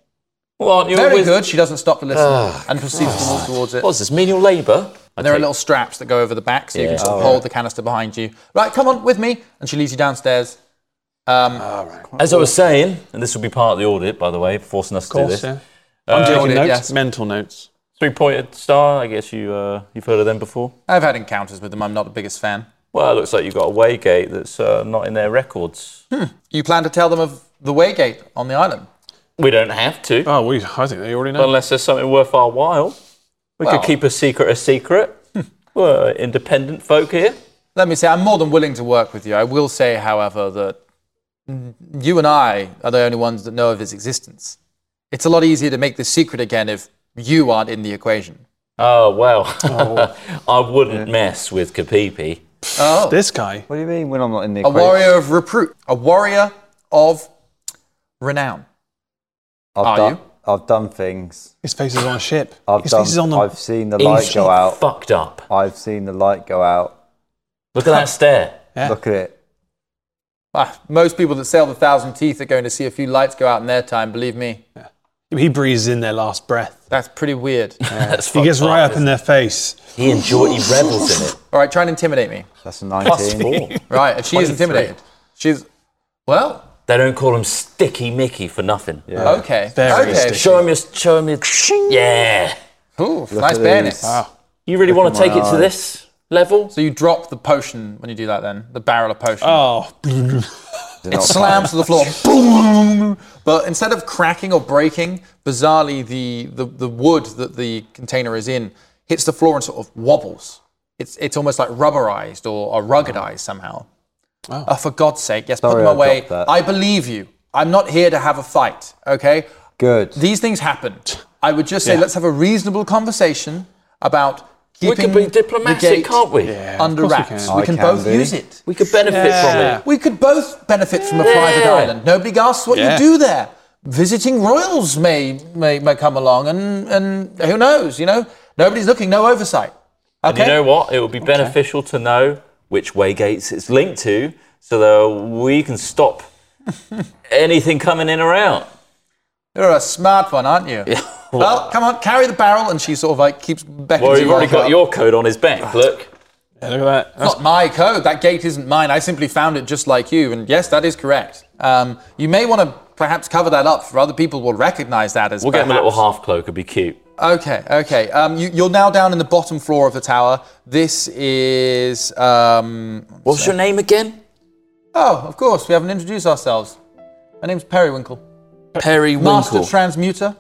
Speaker 9: well, aren't you a
Speaker 2: Very
Speaker 9: wizard?
Speaker 2: good. She doesn't stop to listen and proceeds to walk towards it.
Speaker 9: What's this? Menial labour?
Speaker 2: And there are little straps that go over the back so you can
Speaker 9: Yeah.
Speaker 2: sort of hold the canister behind you. Right, come on with me. And she leads you downstairs.
Speaker 9: As I was saying, and this will be part of the audit, by the way, forcing us to do this.
Speaker 3: yeah. Uh, I'm
Speaker 2: hold it,
Speaker 3: taking notes,
Speaker 2: Uh, yes.
Speaker 3: mental notes.
Speaker 9: Three-pointed star. I guess you uh, you've heard of them before.
Speaker 2: I've had encounters with them. I'm not the biggest fan.
Speaker 9: Well, it looks like you've got a waygate that's uh, not in their records.
Speaker 2: You plan to tell them of the Waygate on the island?
Speaker 9: We don't have to,
Speaker 3: Oh, we, I think they already know.
Speaker 9: unless there's something worth our while. We
Speaker 2: Well- Hmm.
Speaker 9: could keep a secret a secret. We're independent folk here.
Speaker 2: Let me say, I'm more than willing to work with you. I will say, however, that you and I are the only ones that know of his existence. It's a lot easier to make this secret again if you aren't in the equation.
Speaker 9: Oh well, I wouldn't mess with Kapipi.
Speaker 2: Oh,
Speaker 3: this guy.
Speaker 6: What do you mean when I'm not in the
Speaker 2: a
Speaker 6: equation?
Speaker 2: warrior of repute, a warrior of renown.
Speaker 6: I've
Speaker 2: Are
Speaker 6: done,
Speaker 2: you?
Speaker 6: I've done things.
Speaker 3: His face is on a ship.
Speaker 6: I've
Speaker 3: His
Speaker 6: done.
Speaker 3: face is on the.
Speaker 6: I've seen the light
Speaker 9: He's
Speaker 6: go out.
Speaker 9: Fucked up.
Speaker 6: I've seen the light go out.
Speaker 9: Look at that stare.
Speaker 3: Yeah.
Speaker 6: Look at it.
Speaker 2: Ah, most people that sail the Thousand Teeth are going to see a few lights go out in their time. Believe me,
Speaker 3: He breathes in their last breath.
Speaker 2: that's pretty weird.
Speaker 9: That's
Speaker 3: He gets
Speaker 9: fucked
Speaker 3: right up in
Speaker 9: isn't
Speaker 3: their face.
Speaker 9: it? He enjoys. He revels in it.
Speaker 2: All right, try and intimidate me.
Speaker 6: That's a
Speaker 9: Plus
Speaker 6: 19.
Speaker 9: four.
Speaker 2: Right, and she is
Speaker 9: 23.
Speaker 2: intimidated. She's well,
Speaker 9: They don't call him Sticky Mickey for nothing.
Speaker 2: okay,
Speaker 3: Very
Speaker 2: okay,
Speaker 3: sticky.
Speaker 9: Show him your. Show him your. Yeah.
Speaker 2: Ooh, nice
Speaker 6: at
Speaker 2: bayonet.
Speaker 6: these.
Speaker 9: You really want to
Speaker 6: at
Speaker 9: take
Speaker 6: my
Speaker 9: it to
Speaker 6: eyes.
Speaker 9: this level?
Speaker 2: So you drop the potion when you do that, then the barrel of potion.
Speaker 3: Oh,
Speaker 2: it slams to the floor, boom! But instead of cracking or breaking, bizarrely, the, the the wood that the container is in hits the floor and sort of wobbles. It's it's almost like rubberized or, or ruggedized somehow. Oh. for God's sake, yes, put
Speaker 6: Sorry,
Speaker 2: them
Speaker 6: I
Speaker 2: away.
Speaker 6: dropped that.
Speaker 2: I believe you. I'm not here to have a fight. Okay.
Speaker 6: Good.
Speaker 2: These things happen. I would just say let's have a reasonable conversation about
Speaker 9: We
Speaker 2: keeping
Speaker 9: could be
Speaker 2: the
Speaker 9: diplomatic,
Speaker 2: gate
Speaker 9: can't we?
Speaker 2: under
Speaker 3: course we
Speaker 2: wraps.
Speaker 3: can.
Speaker 2: We
Speaker 6: I
Speaker 2: can,
Speaker 6: can
Speaker 2: both
Speaker 6: be.
Speaker 2: use it.
Speaker 9: We could benefit
Speaker 3: Yeah.
Speaker 9: from
Speaker 2: We could both benefit from a private
Speaker 9: Yeah.
Speaker 2: island. Nobody asks what
Speaker 3: Yeah.
Speaker 2: you do there. Visiting royals may, may may come along, and and who knows? You know, nobody's looking. No oversight.
Speaker 9: it. You
Speaker 2: Okay.
Speaker 9: know what? It would be beneficial to know which waygates it's linked to, so that we can stop anything coming in or out.
Speaker 2: You're a smart one, aren't you? well, come on, carry the barrel, and she sort of like keeps beckoning.
Speaker 9: Well,
Speaker 2: you
Speaker 9: you've already
Speaker 2: along.
Speaker 9: got your code on his back. Look.
Speaker 3: yeah, look at that. That's-
Speaker 2: It's not my code. That gate isn't mine. I simply found it just like you. And yes, that is correct. Um, you may want to perhaps cover that up, for other people will recognize that as.
Speaker 9: We'll get him a
Speaker 2: perhaps-
Speaker 9: little half cloak. It'd be cute.
Speaker 2: Okay, okay. Um, you, you're now down in the bottom floor of the tower. This is. Um,
Speaker 9: What's your name again?
Speaker 2: oh, of course, we haven't introduced ourselves. My name's Periwinkle,
Speaker 9: Perry
Speaker 2: Master
Speaker 9: Winkle.
Speaker 2: Transmuter,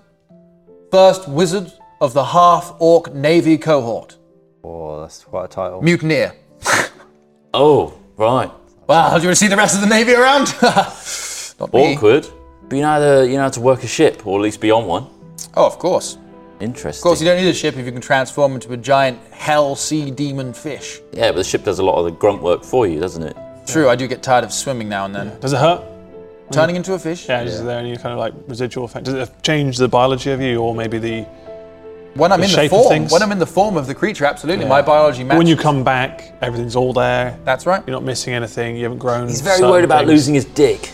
Speaker 2: first wizard of the half orc navy cohort,
Speaker 6: Oh, that's quite a title.
Speaker 2: mutineer.
Speaker 9: oh, right.
Speaker 2: Wow, do you want to see the rest of the navy around? Not me.
Speaker 9: Awkward. But you know how to you know how to work a ship, or at least be on one.
Speaker 2: Oh, of course.
Speaker 9: Interesting.
Speaker 2: Of course, you don't need a ship if you can transform into a giant hell sea demon fish.
Speaker 9: Yeah, but the ship does a lot of the grunt work for you, doesn't it?
Speaker 2: True, I do get tired of swimming now and then.
Speaker 3: Does it hurt?
Speaker 2: Turning into a fish.
Speaker 3: Yeah, is there any kind of like residual effect? Does it change the biology of you, or maybe the
Speaker 2: When I'm
Speaker 3: The
Speaker 2: in the
Speaker 3: shape of
Speaker 2: form,
Speaker 3: things.
Speaker 2: when I'm in the form of the creature, absolutely. My biology matches.
Speaker 3: when you come back, everything's all there.
Speaker 2: That's right.
Speaker 3: You're not missing anything. You haven't grown.
Speaker 9: He's very
Speaker 3: certain
Speaker 9: worried about
Speaker 3: things.
Speaker 9: losing his dick.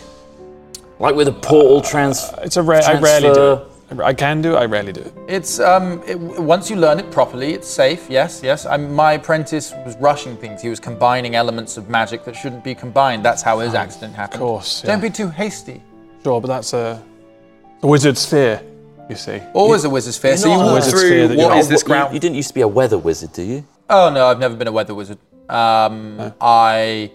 Speaker 9: Like with a portal trans.
Speaker 3: It's a rare. I rarely do.
Speaker 9: transfer.
Speaker 3: it. I can do it. I rarely do. it.
Speaker 2: It's um, it, once you learn it properly, it's safe. Yes, yes. I, my apprentice was rushing things. He was combining elements of magic that shouldn't be combined. That's how his accident happened.
Speaker 3: course,
Speaker 2: Don't
Speaker 3: yeah.
Speaker 2: be too hasty.
Speaker 3: Sure, but that's a, a wizard's fear. You see.
Speaker 2: Always a wizard's fear. So you
Speaker 9: not a
Speaker 2: walk
Speaker 3: wizard's fear
Speaker 2: through.
Speaker 3: that
Speaker 2: What
Speaker 3: you're
Speaker 2: is
Speaker 3: not-
Speaker 2: this
Speaker 9: What, you-
Speaker 2: ground?
Speaker 9: you didn't used to be a weather wizard, do you?
Speaker 2: Oh no, I've never been a weather wizard. Um, I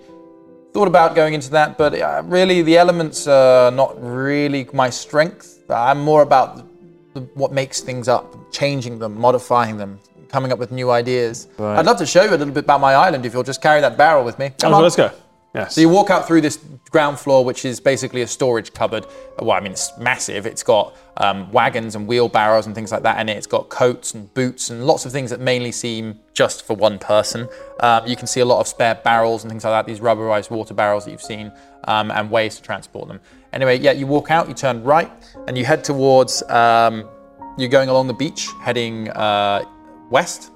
Speaker 2: thought about going into that, but uh, really the elements are not really my strength. I'm more about the, the, what makes things up, changing them, modifying them, coming up with new ideas. I'd love to show you a little bit about my island if you'll just carry that barrel with me.
Speaker 3: Oh,
Speaker 2: Come
Speaker 3: well,
Speaker 2: on.
Speaker 3: let's go. Yes.
Speaker 2: So you walk out through this ground floor, which is basically a storage cupboard. Well, I mean, it's massive. It's got um, wagons and wheelbarrows and things like that in it. It's got coats and boots and lots of things that mainly seem just for one person. Um, you can see a lot of spare barrels and things like that, these rubberized water barrels that you've seen, um, and ways to transport them. Anyway, yeah, you walk out, you turn right, and you head towards, um, you're going along the beach, heading uh, west.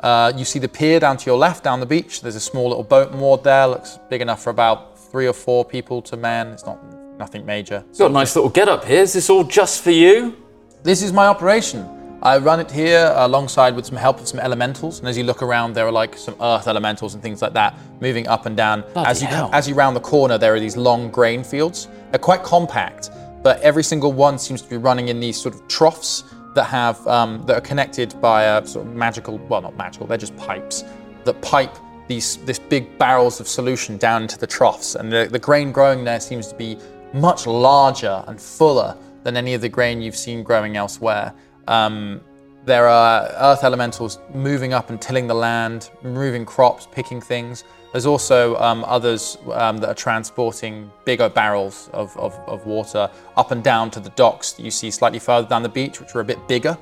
Speaker 2: Uh, you see the pier down to your left, down the beach. There's a small little boat moored there. Looks big enough for about three or four people to man. It's not nothing major.
Speaker 9: He's got a nice little get up here. Is this all just for you?
Speaker 2: This is my operation. I run it here alongside with some help of some elementals. And as you look around, there are like some earth elementals and things like that moving up and down. as you
Speaker 9: hell.
Speaker 2: as you round the corner, there are these long grain fields. They're quite compact, but every single one seems to be running in these sort of troughs that have um, that are connected by a sort of magical. Well, not magical. They're just pipes that pipe these this big barrels of solution down into the troughs. And the, the grain growing there seems to be much larger and fuller than any of the grain you've seen growing elsewhere. Um, there are earth elementals moving up and tilling the land, removing crops, picking things. There's also um, others um, that are transporting bigger barrels of, of, of water up and down to the docks that you see slightly further down the beach, which are a bit bigger.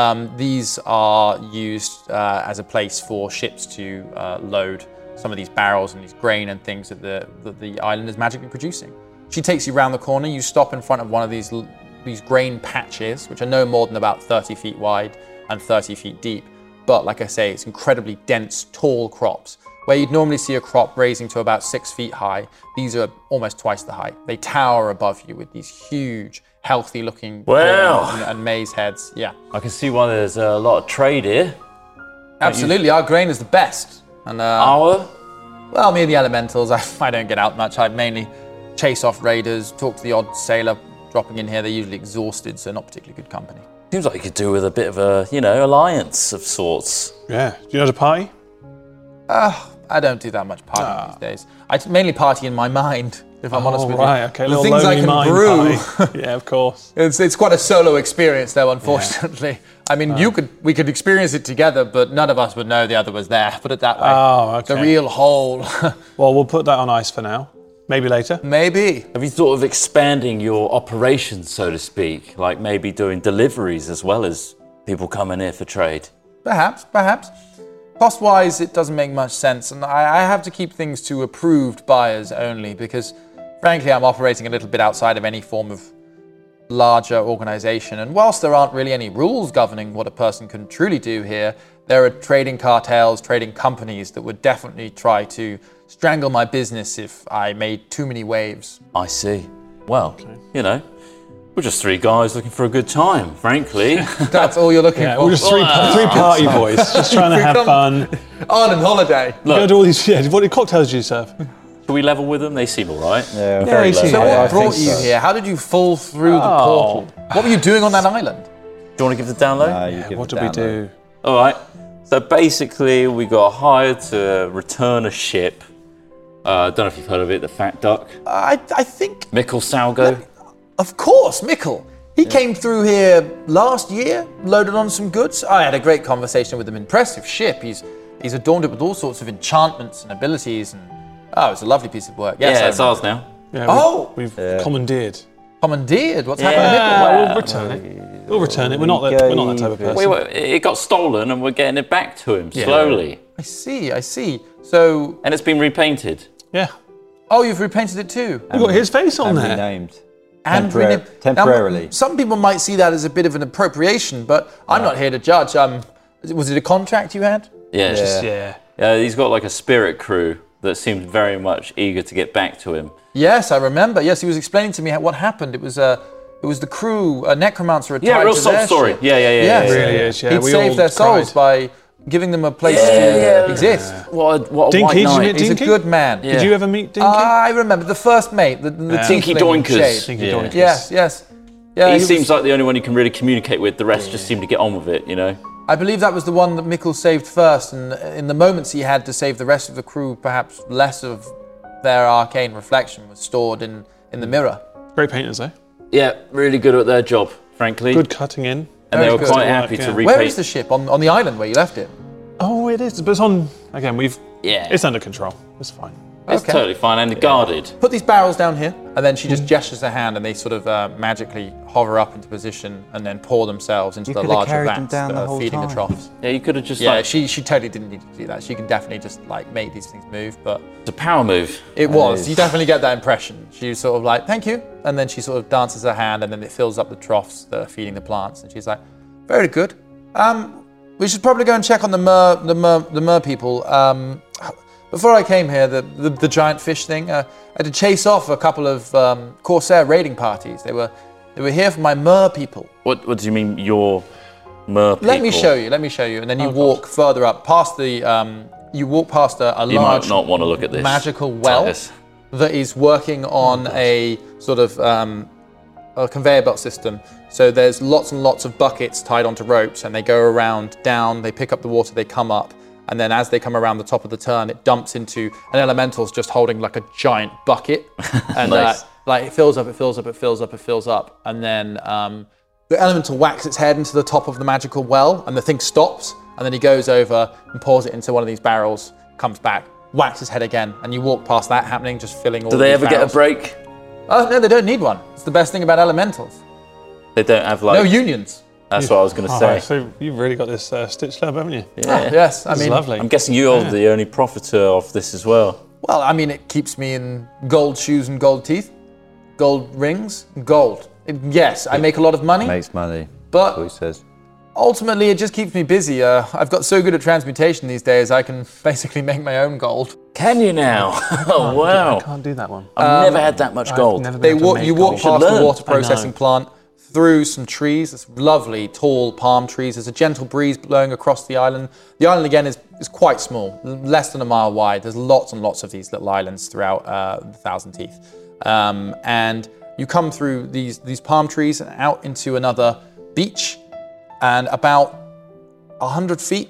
Speaker 2: Um, these are used uh, as a place for ships to uh, load some of these barrels and these grain and things that the, that the island is magically producing. She takes you round the corner. You stop in front of one of these l- these grain patches, which are no more than about 30 feet wide and 30 feet deep. But like I say, it's incredibly dense, tall crops. Where you'd normally see a crop raising to about six feet high, these are almost twice the height. They tower above you with these huge, healthy-looking
Speaker 9: Wow.
Speaker 2: corn and, and maize heads. Yeah.
Speaker 9: I can see why there's a lot of trade here.
Speaker 2: Absolutely, our grain is the best. And uh,
Speaker 9: Our
Speaker 2: well, me and the elementals, I, I don't get out much. I mainly chase off raiders, talk to the odd sailor dropping in here. They're usually exhausted, so not particularly good company.
Speaker 9: seems like you could do with a bit of a, you know, alliance of sorts.
Speaker 3: yeah. Do you know how to party?
Speaker 2: I don't do that much partying these days. I t- mainly party in my mind, if I'm honest
Speaker 3: Ah. oh,
Speaker 2: with
Speaker 3: right.
Speaker 2: you.
Speaker 3: Okay.
Speaker 2: the
Speaker 3: little
Speaker 2: things I
Speaker 3: lonely
Speaker 2: can
Speaker 3: mind
Speaker 2: brew.
Speaker 3: party. yeah, of course.
Speaker 2: It's, it's quite a solo experience, though, unfortunately. I mean, you could we could experience it together, but none of us would know the other was there. Put it that way.
Speaker 3: Oh,
Speaker 2: It's a
Speaker 3: okay.
Speaker 2: real hole.
Speaker 3: Well, we'll put that on ice for now. Maybe later.
Speaker 2: Maybe.
Speaker 9: Have you thought of expanding your operations, so to speak? Like maybe doing deliveries as well as people coming here for trade?
Speaker 2: Perhaps, perhaps. Cost wise, it doesn't make much sense, and I, I have to keep things to approved buyers only because, frankly, I'm operating a little bit outside of any form of larger organization. And whilst there aren't really any rules governing what a person can truly do here, there are trading cartels, trading companies that would definitely try to strangle my business if I made too many waves.
Speaker 9: I see. Well, you know, we're just three guys looking for a good time, frankly.
Speaker 2: That's all you're looking
Speaker 3: Yeah,
Speaker 2: for.
Speaker 3: we're just three, three party boys, just trying to have fun.
Speaker 2: on holiday.
Speaker 3: Go to all these. Yeah, what cocktails do you serve?
Speaker 9: Should we level with them? They seem all right.
Speaker 6: Yeah,
Speaker 3: you
Speaker 6: very
Speaker 3: see- So
Speaker 6: low.
Speaker 2: So what
Speaker 6: I think
Speaker 2: brought you
Speaker 6: so.
Speaker 2: here? How did you fall through the portal? What were you doing on that island?
Speaker 9: Do you want to give the download?
Speaker 6: Uh, you give
Speaker 3: What do
Speaker 6: it
Speaker 3: we
Speaker 6: down low.
Speaker 3: do?
Speaker 9: All right. So basically, we got hired to return a ship. Uh, don't know if you've heard of it, the Fat Duck,
Speaker 2: I, I think,
Speaker 9: Mikkel Salgo.
Speaker 2: of course, Mickle. He came through here last year, loaded on some goods. I had a great conversation with him. Impressive ship. He's he's adorned it with all sorts of enchantments and abilities, and oh, it's a lovely piece of work. Yes,
Speaker 9: Yeah,
Speaker 2: I
Speaker 9: it's ours now.
Speaker 3: Yeah,
Speaker 2: Oh!
Speaker 3: we've, we've commandeered.
Speaker 2: commandeered. What's
Speaker 9: Yeah.
Speaker 2: happening?
Speaker 3: Well, we'll return it. We'll return it. We're not that. We're not that type of
Speaker 6: We-
Speaker 3: person.
Speaker 9: We were, it got stolen, and we're getting it back to him slowly,
Speaker 2: I see. I see. So
Speaker 9: and it's been repainted.
Speaker 3: yeah.
Speaker 2: Oh, you've repainted it too.
Speaker 3: You've got his face on
Speaker 6: and
Speaker 3: there.
Speaker 6: renamed.
Speaker 2: And
Speaker 6: Temporary-
Speaker 2: rename- Now,
Speaker 6: temporarily.
Speaker 2: some people might see that as a bit of an appropriation, but I'm not here to judge. Um, was it a contract you had?
Speaker 9: Yeah, it's just-
Speaker 3: Yeah.
Speaker 9: uh, he's got like a spirit crew that seemed very much eager to get back to him.
Speaker 2: Yes, I remember. Yes, he was explaining to me how, what happened. It was uh, it was the crew, a necromancer had
Speaker 9: Yeah,
Speaker 2: tied
Speaker 9: real
Speaker 2: to
Speaker 9: sob
Speaker 2: their
Speaker 9: story.
Speaker 2: ship.
Speaker 9: Yeah, yeah, yeah, yeah,
Speaker 2: Yes.
Speaker 9: yeah,
Speaker 3: Really is, yeah.
Speaker 2: He'd
Speaker 3: We
Speaker 2: saved
Speaker 3: all
Speaker 2: their souls by giving them a place to exist.
Speaker 9: What a, what a
Speaker 3: Dinky,
Speaker 9: white
Speaker 3: did you
Speaker 9: knight.
Speaker 3: meet
Speaker 2: He's
Speaker 3: Dinky?
Speaker 2: a good man.
Speaker 3: Did you ever meet Dinky?
Speaker 2: I remember the first mate, the, the
Speaker 9: Dinky
Speaker 2: tiefling shade.
Speaker 9: Doinkers.
Speaker 3: Dinky
Speaker 9: Yeah.
Speaker 3: Doinkers.
Speaker 2: Yes, yes. Yeah,
Speaker 9: he
Speaker 2: was-
Speaker 9: seems like the only one you can really communicate with. The rest just seem to get on with it, you know.
Speaker 2: I believe that was the one that Mickle saved first, and in the moments he had to save the rest of the crew, perhaps less of their arcane reflection was stored in, in the mirror.
Speaker 3: Great painters, eh?
Speaker 9: Yeah, really good at their job, frankly.
Speaker 3: Good cutting in.
Speaker 9: and they
Speaker 2: very
Speaker 9: were
Speaker 2: good.
Speaker 9: quite
Speaker 3: Good work,
Speaker 9: happy
Speaker 3: yeah.
Speaker 9: to repaint.
Speaker 2: Where is the ship? On, on the island where you left it?
Speaker 3: Oh, it is. But it's on. Again, we've.
Speaker 9: Yeah.
Speaker 3: It's under control. It's fine.
Speaker 9: It's
Speaker 2: Okay.
Speaker 9: totally fine and guarded.
Speaker 2: Put these barrels down here, and then she
Speaker 6: Hmm.
Speaker 2: just gestures her hand, and they sort of uh, magically hover up into position and then pour themselves into
Speaker 6: You
Speaker 2: the
Speaker 6: could have
Speaker 2: larger
Speaker 6: carried
Speaker 2: vats
Speaker 6: them down
Speaker 2: that
Speaker 6: the
Speaker 2: are
Speaker 6: whole
Speaker 2: feeding the
Speaker 6: time.
Speaker 2: troughs.
Speaker 9: Yeah, you could have just
Speaker 2: Yeah,
Speaker 9: like
Speaker 2: she she totally didn't need to do that. She can definitely just like make these things move, but
Speaker 9: it's a power move.
Speaker 2: it was. You definitely get that impression. She was sort of like, "Thank you," and then she sort of dances her hand, and then it fills up the troughs that are feeding the plants, and she's like, "Very good." Um, we should probably go and check on the mer the mer the mer people. Um, before I came here, the the, the giant fish thing, uh, I had to chase off a couple of um, corsair raiding parties. They were they were here for my mer people.
Speaker 9: What What do you mean, your mer
Speaker 2: Let me
Speaker 9: people?
Speaker 2: show you. Let me show you, and then you
Speaker 9: Oh,
Speaker 2: walk further up past the. Um, you walk past a, a
Speaker 9: You
Speaker 2: large
Speaker 9: might not want to look at this.
Speaker 2: magical well
Speaker 9: Titus.
Speaker 2: that is working on a sort of um, a conveyor belt system. So there's lots and lots of buckets tied onto ropes, and they go around down. They pick up the water, they come up, and then as they come around the top of the turn, it dumps into an elemental's just holding like a giant bucket, and
Speaker 9: Nice.
Speaker 2: uh, like it fills up, it fills up, it fills up, it fills up, and then um, the elemental whacks its head into the top of the magical well, and the thing stops. And then he goes over and pours it into one of these barrels, comes back, whacks his head again, and you walk past that happening, just filling all.
Speaker 9: Do they ever get a break?
Speaker 2: Oh no, they don't need one. It's the best thing about elementals.
Speaker 9: They don't have like.
Speaker 2: No unions.
Speaker 9: that's what I was going to
Speaker 3: Oh,
Speaker 9: say.
Speaker 3: so you've really got this uh, stitched up, haven't you? Yeah.
Speaker 2: Ah, Yes, I
Speaker 3: It's
Speaker 2: mean,
Speaker 3: lovely.
Speaker 9: I'm guessing you're the only profiter of this as well.
Speaker 2: well, I mean, it keeps me in gold shoes and gold teeth, gold rings, gold. It- yes, I make a lot of money,
Speaker 6: Makes money.
Speaker 2: but
Speaker 6: That's what he says.
Speaker 2: ultimately it just keeps me busy. Uh, I've got so good at transmutation these days, I can basically make my own gold.
Speaker 9: Can you now? oh
Speaker 3: I
Speaker 9: wow!
Speaker 3: can't do that one.
Speaker 9: I've never had that much gold.
Speaker 3: Never been
Speaker 2: They
Speaker 3: able to
Speaker 2: walk,
Speaker 3: make
Speaker 2: you walk
Speaker 3: gold.
Speaker 2: past the
Speaker 9: learn.
Speaker 2: water
Speaker 3: I know.
Speaker 2: processing plant, through some trees. It's lovely, tall palm trees. There's a gentle breeze blowing across the island. The island again is, is quite small, l- less than a mile wide. There's lots and lots of these little islands throughout uh, the Thousand Teeth, um, and you come through these these palm trees and out into another beach, and about hundred feet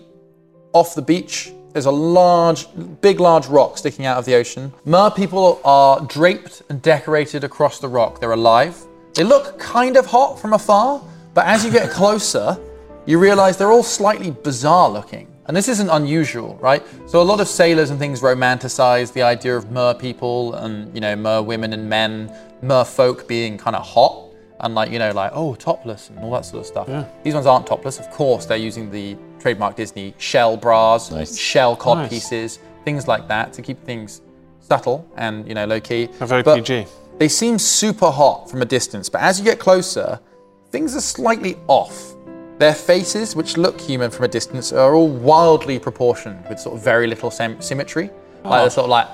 Speaker 2: off the beach. There's a large, big, large rock sticking out of the ocean. Mer people are draped and decorated across the rock. They're alive. They look kind of hot from afar, but as you get closer, you realize they're all slightly bizarre looking. And this isn't unusual, right? So a lot of sailors and things romanticize the idea of mer people and, you know, mer women and men, mer folk being kind of hot and like you know like oh topless and all that sort of stuff these ones aren't topless of course they're using the trademark disney shell bras shell cod
Speaker 3: Nice.
Speaker 2: pieces things like that to keep things subtle and you know low key
Speaker 3: A very
Speaker 2: But
Speaker 3: PG.
Speaker 2: they seem super hot from a distance but as you get closer things are slightly off their faces which look human from a distance are all wildly proportioned with sort of very little sym- symmetry like they're sort of like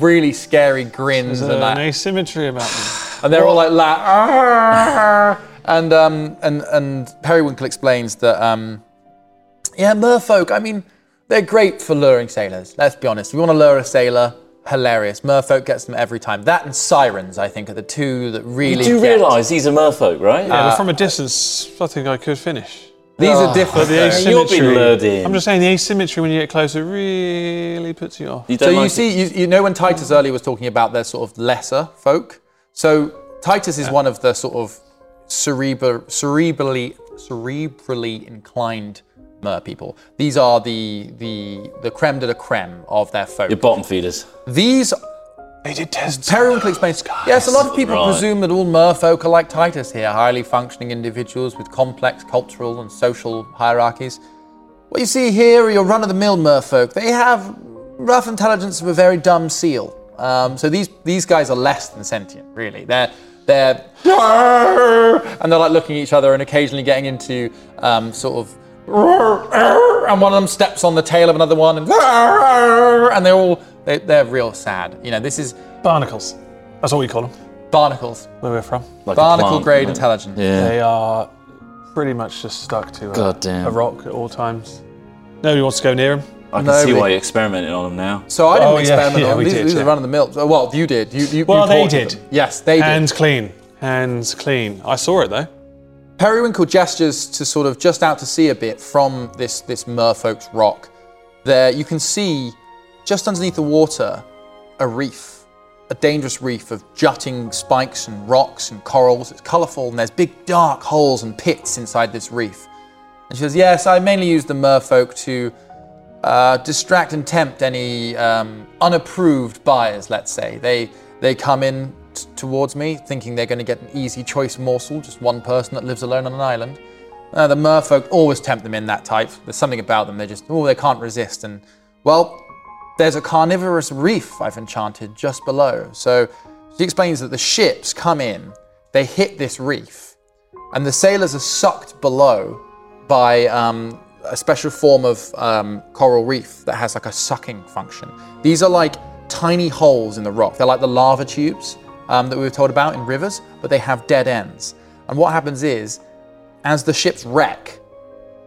Speaker 2: really scary grins
Speaker 3: There's
Speaker 2: and
Speaker 3: an
Speaker 2: like
Speaker 3: asymmetry about them.
Speaker 2: and they're all like, la "Ah." and um, and and Periwinkle explains that, um, yeah, merfolk. I mean, they're great for luring sailors. Let's be honest. If you want to lure a sailor, hilarious. Merfolk gets them every time. That and sirens, I think, are the two that
Speaker 9: You
Speaker 2: really.
Speaker 9: do
Speaker 2: get-
Speaker 9: realise these are merfolk, right?
Speaker 3: Yeah, but from a distance, I think I could finish.
Speaker 2: These are different.
Speaker 3: The
Speaker 2: though.
Speaker 3: asymmetry.
Speaker 9: You'll be lured in.
Speaker 3: I'm just saying the asymmetry when you get closer really puts you off.
Speaker 9: You don't
Speaker 2: So you
Speaker 9: like
Speaker 2: see, you, you know, when Titus earlier was talking about their sort of lesser folk. So Titus is one of the sort of cerebra- cerebrally cerebrally inclined mer people. These are the the the creme de la creme of their folk.
Speaker 9: your bottom feeders.
Speaker 2: These
Speaker 3: They did tests.
Speaker 2: Periwinkle explains. Yes, a lot of people
Speaker 9: Right.
Speaker 2: presume that all merfolk are like Titus here, highly functioning individuals with complex cultural and social hierarchies. What you see here are your run of the mill merfolk. They have rough intelligence of a very dumb seal. Um, so these these guys are less than sentient, really. They're they're and they're like looking at each other and occasionally getting into um, sort of and one of them steps on the tail of another one and and they're all they, they're real sad. You know, this is
Speaker 3: Barnacles. That's what we call them.
Speaker 2: barnacles,
Speaker 3: Where we're from.
Speaker 4: Like a
Speaker 2: barnacle
Speaker 4: plant,
Speaker 2: grade
Speaker 4: like-
Speaker 2: intelligence.
Speaker 3: They are pretty much just stuck to a,
Speaker 4: God damn.
Speaker 3: a rock at all times. Nobody wants to go near him.
Speaker 4: I can
Speaker 2: No,
Speaker 4: see
Speaker 2: we-
Speaker 4: why you're experimenting on them now.
Speaker 2: So I didn't
Speaker 3: Oh, yeah,
Speaker 2: experiment
Speaker 3: yeah,
Speaker 2: on
Speaker 3: we
Speaker 2: these.
Speaker 3: did,
Speaker 2: these are
Speaker 3: yeah.
Speaker 2: run of the mill. Well, you did. You, you,
Speaker 3: Well,
Speaker 2: you
Speaker 3: they
Speaker 2: tortured
Speaker 3: did.
Speaker 2: them. Yes, they did.
Speaker 3: Hands clean. Hands clean. I saw it though.
Speaker 2: Periwinkle gestures to sort of just out to sea a bit from this this merfolk's rock. There, you can see just underneath the water a reef, a dangerous reef of jutting spikes and rocks and corals. It's colourful and there's big dark holes and pits inside this reef. And she says, "Yes, I mainly use the merfolk to uh, distract and tempt any um, unapproved buyers. Let's say they they come in t- towards me thinking they're going to get an easy choice morsel, just one person that lives alone on an island. Uh, the merfolk always tempt them in that type. There's something about them. They're just oh, they can't resist. And well, there's a carnivorous reef I've enchanted just below. So she explains that the ships come in, they hit this reef, and the sailors are sucked below by um, a special form of um, coral reef that has like a sucking function. These are like tiny holes in the rock. They're like the lava tubes um, that we were told about in rivers, but they have dead ends. And what happens is, as the ships wreck,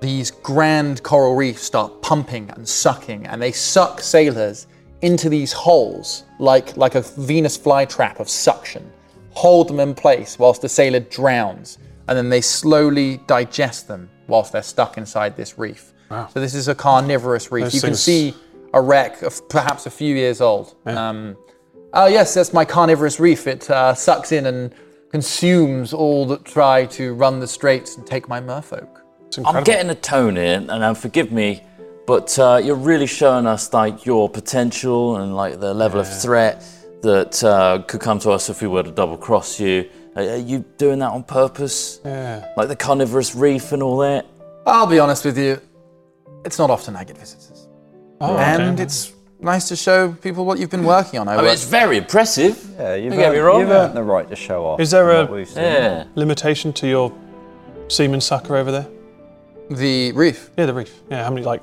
Speaker 2: these grand coral reefs start pumping and sucking, and they suck sailors into these holes like, like a Venus flytrap of suction, hold them in place whilst the sailor drowns, and then they slowly digest them whilst they're stuck inside this reef. So, this is a carnivorous reef.
Speaker 3: Those
Speaker 2: you can
Speaker 3: things-
Speaker 2: see a wreck of perhaps a few years old. Um, oh, yes, that's my carnivorous reef. It uh, sucks in and consumes all that try to run the straits and take my merfolk.
Speaker 3: It's
Speaker 9: I'm
Speaker 3: incredible.
Speaker 9: getting a tone in, and um, forgive me, but uh, you're really showing us like your potential and like the level of threat that uh, could come to us if we were to double cross you. Are, are you doing that on purpose?
Speaker 3: Yeah.
Speaker 9: Like the carnivorous reef and all that?
Speaker 2: I'll be honest with you. It's not often I get visitors.
Speaker 3: Oh, okay.
Speaker 2: and it's nice to show people what you've been working on. I
Speaker 9: I mean,
Speaker 2: work-
Speaker 9: it's very impressive.
Speaker 6: Yeah, you've,
Speaker 9: Don't get
Speaker 6: earned,
Speaker 9: me wrong.
Speaker 6: you've earned the right to show off.
Speaker 3: Is there
Speaker 6: from
Speaker 3: a-
Speaker 6: what we've seen.
Speaker 9: Yeah.
Speaker 3: limitation to your semen sucker over there?
Speaker 2: the reef.
Speaker 3: Yeah, the reef. Yeah, how many like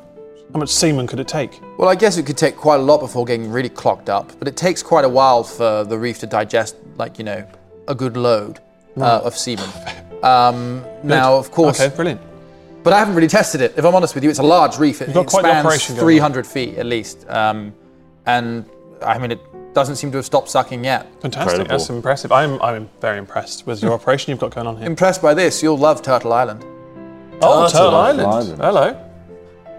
Speaker 3: how much semen could it take?
Speaker 2: Well, I guess it could take quite a lot before getting really clogged up, but it takes quite a while for the reef to digest, like, you know, a good load uh, of semen. Um, now, of course,
Speaker 3: Hmm. Okay, brilliant.
Speaker 2: but I haven't really tested it. If I'm honest with you, it's a large reef. It,
Speaker 3: got
Speaker 2: it
Speaker 3: quite the
Speaker 2: spans
Speaker 3: operation going on.
Speaker 2: 300 feet at least. Um, and I mean, it doesn't seem to have stopped sucking yet.
Speaker 3: Fantastic. That's impressive. I'm I'm very impressed with your operation you've got going on here.
Speaker 2: Impressed by this, you'll love Turtle Island.
Speaker 3: Oh, Turtle,
Speaker 6: Island.
Speaker 3: Island.
Speaker 6: Island.
Speaker 3: Hello.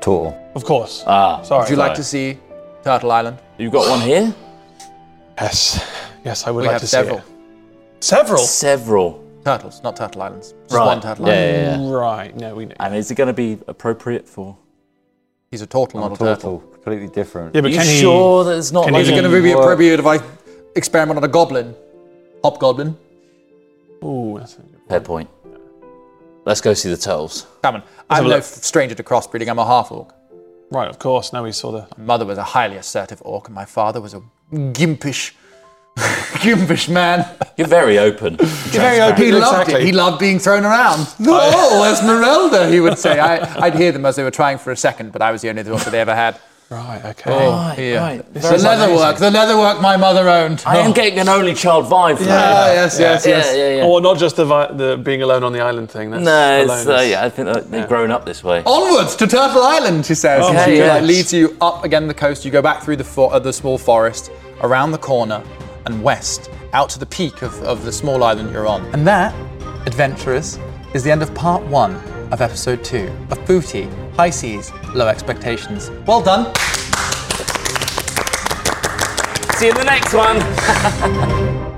Speaker 6: Tall.
Speaker 3: Of course. Ah. Sorry.
Speaker 2: Uh, Would you like to see Turtle Island?
Speaker 9: You've got one here?
Speaker 3: Yes. Yes, I would
Speaker 2: We
Speaker 3: like
Speaker 2: have
Speaker 3: to
Speaker 2: several
Speaker 3: see it. Several.
Speaker 9: Several.
Speaker 2: turtles, not turtle islands. Just
Speaker 9: Right.
Speaker 2: one turtle island.
Speaker 4: Yeah,
Speaker 3: Right. No, we know.
Speaker 9: And is it going to be appropriate for?
Speaker 2: He's a turtle, not a
Speaker 6: Tall,
Speaker 2: turtle.
Speaker 6: tall. Completely different.
Speaker 3: Yeah, but
Speaker 9: Are you
Speaker 3: can he-
Speaker 9: sure that it's not
Speaker 3: can
Speaker 9: like
Speaker 3: he-
Speaker 2: Is it
Speaker 3: Doesn't
Speaker 2: going to be
Speaker 6: work.
Speaker 2: appropriate if I experiment on a goblin? Hobgoblin?
Speaker 3: Ooh, that's a-
Speaker 4: Fair point. Let's go see the turtles.
Speaker 2: Come on.
Speaker 3: have
Speaker 2: I'm
Speaker 3: a
Speaker 2: no
Speaker 3: look.
Speaker 2: stranger to crossbreeding. I'm a half orc.
Speaker 3: right. Of course. Now we saw the.
Speaker 2: My mother was a highly assertive orc, and my father was a gimpish, gimpish man.
Speaker 4: You're very open.
Speaker 3: Very
Speaker 2: He loved it. He loved being thrown around. No, Esmeralda, he would say. I, I'd hear them as they were trying for a second, but I was the only orc that they ever had.
Speaker 3: Right. Okay.
Speaker 2: Yeah.
Speaker 9: right.
Speaker 2: The leatherwork, the leatherwork my mother owned.
Speaker 9: I am getting an only child vibe from
Speaker 2: Ah,
Speaker 9: that.
Speaker 2: yes, yes, yes.
Speaker 9: Yeah, yeah, yeah.
Speaker 3: Or not just the vi- the being alone on the island thing. That's
Speaker 9: no, it's,
Speaker 3: alone
Speaker 9: uh,
Speaker 3: is-
Speaker 9: yeah, I think that they've grown up this way.
Speaker 2: Onwards to Turtle Island, she says.
Speaker 3: Oh,
Speaker 2: and she
Speaker 9: okay,
Speaker 2: like,
Speaker 9: yes.
Speaker 2: leads you up again the coast. You go back through the, for- uh, the small forest, around the corner, and west, out to the peak of, of the small island you're on. And that, adventurers, is the end of part one of episode two of Booty, High Seas, Low Expectations. Well done.
Speaker 9: See you in the next one.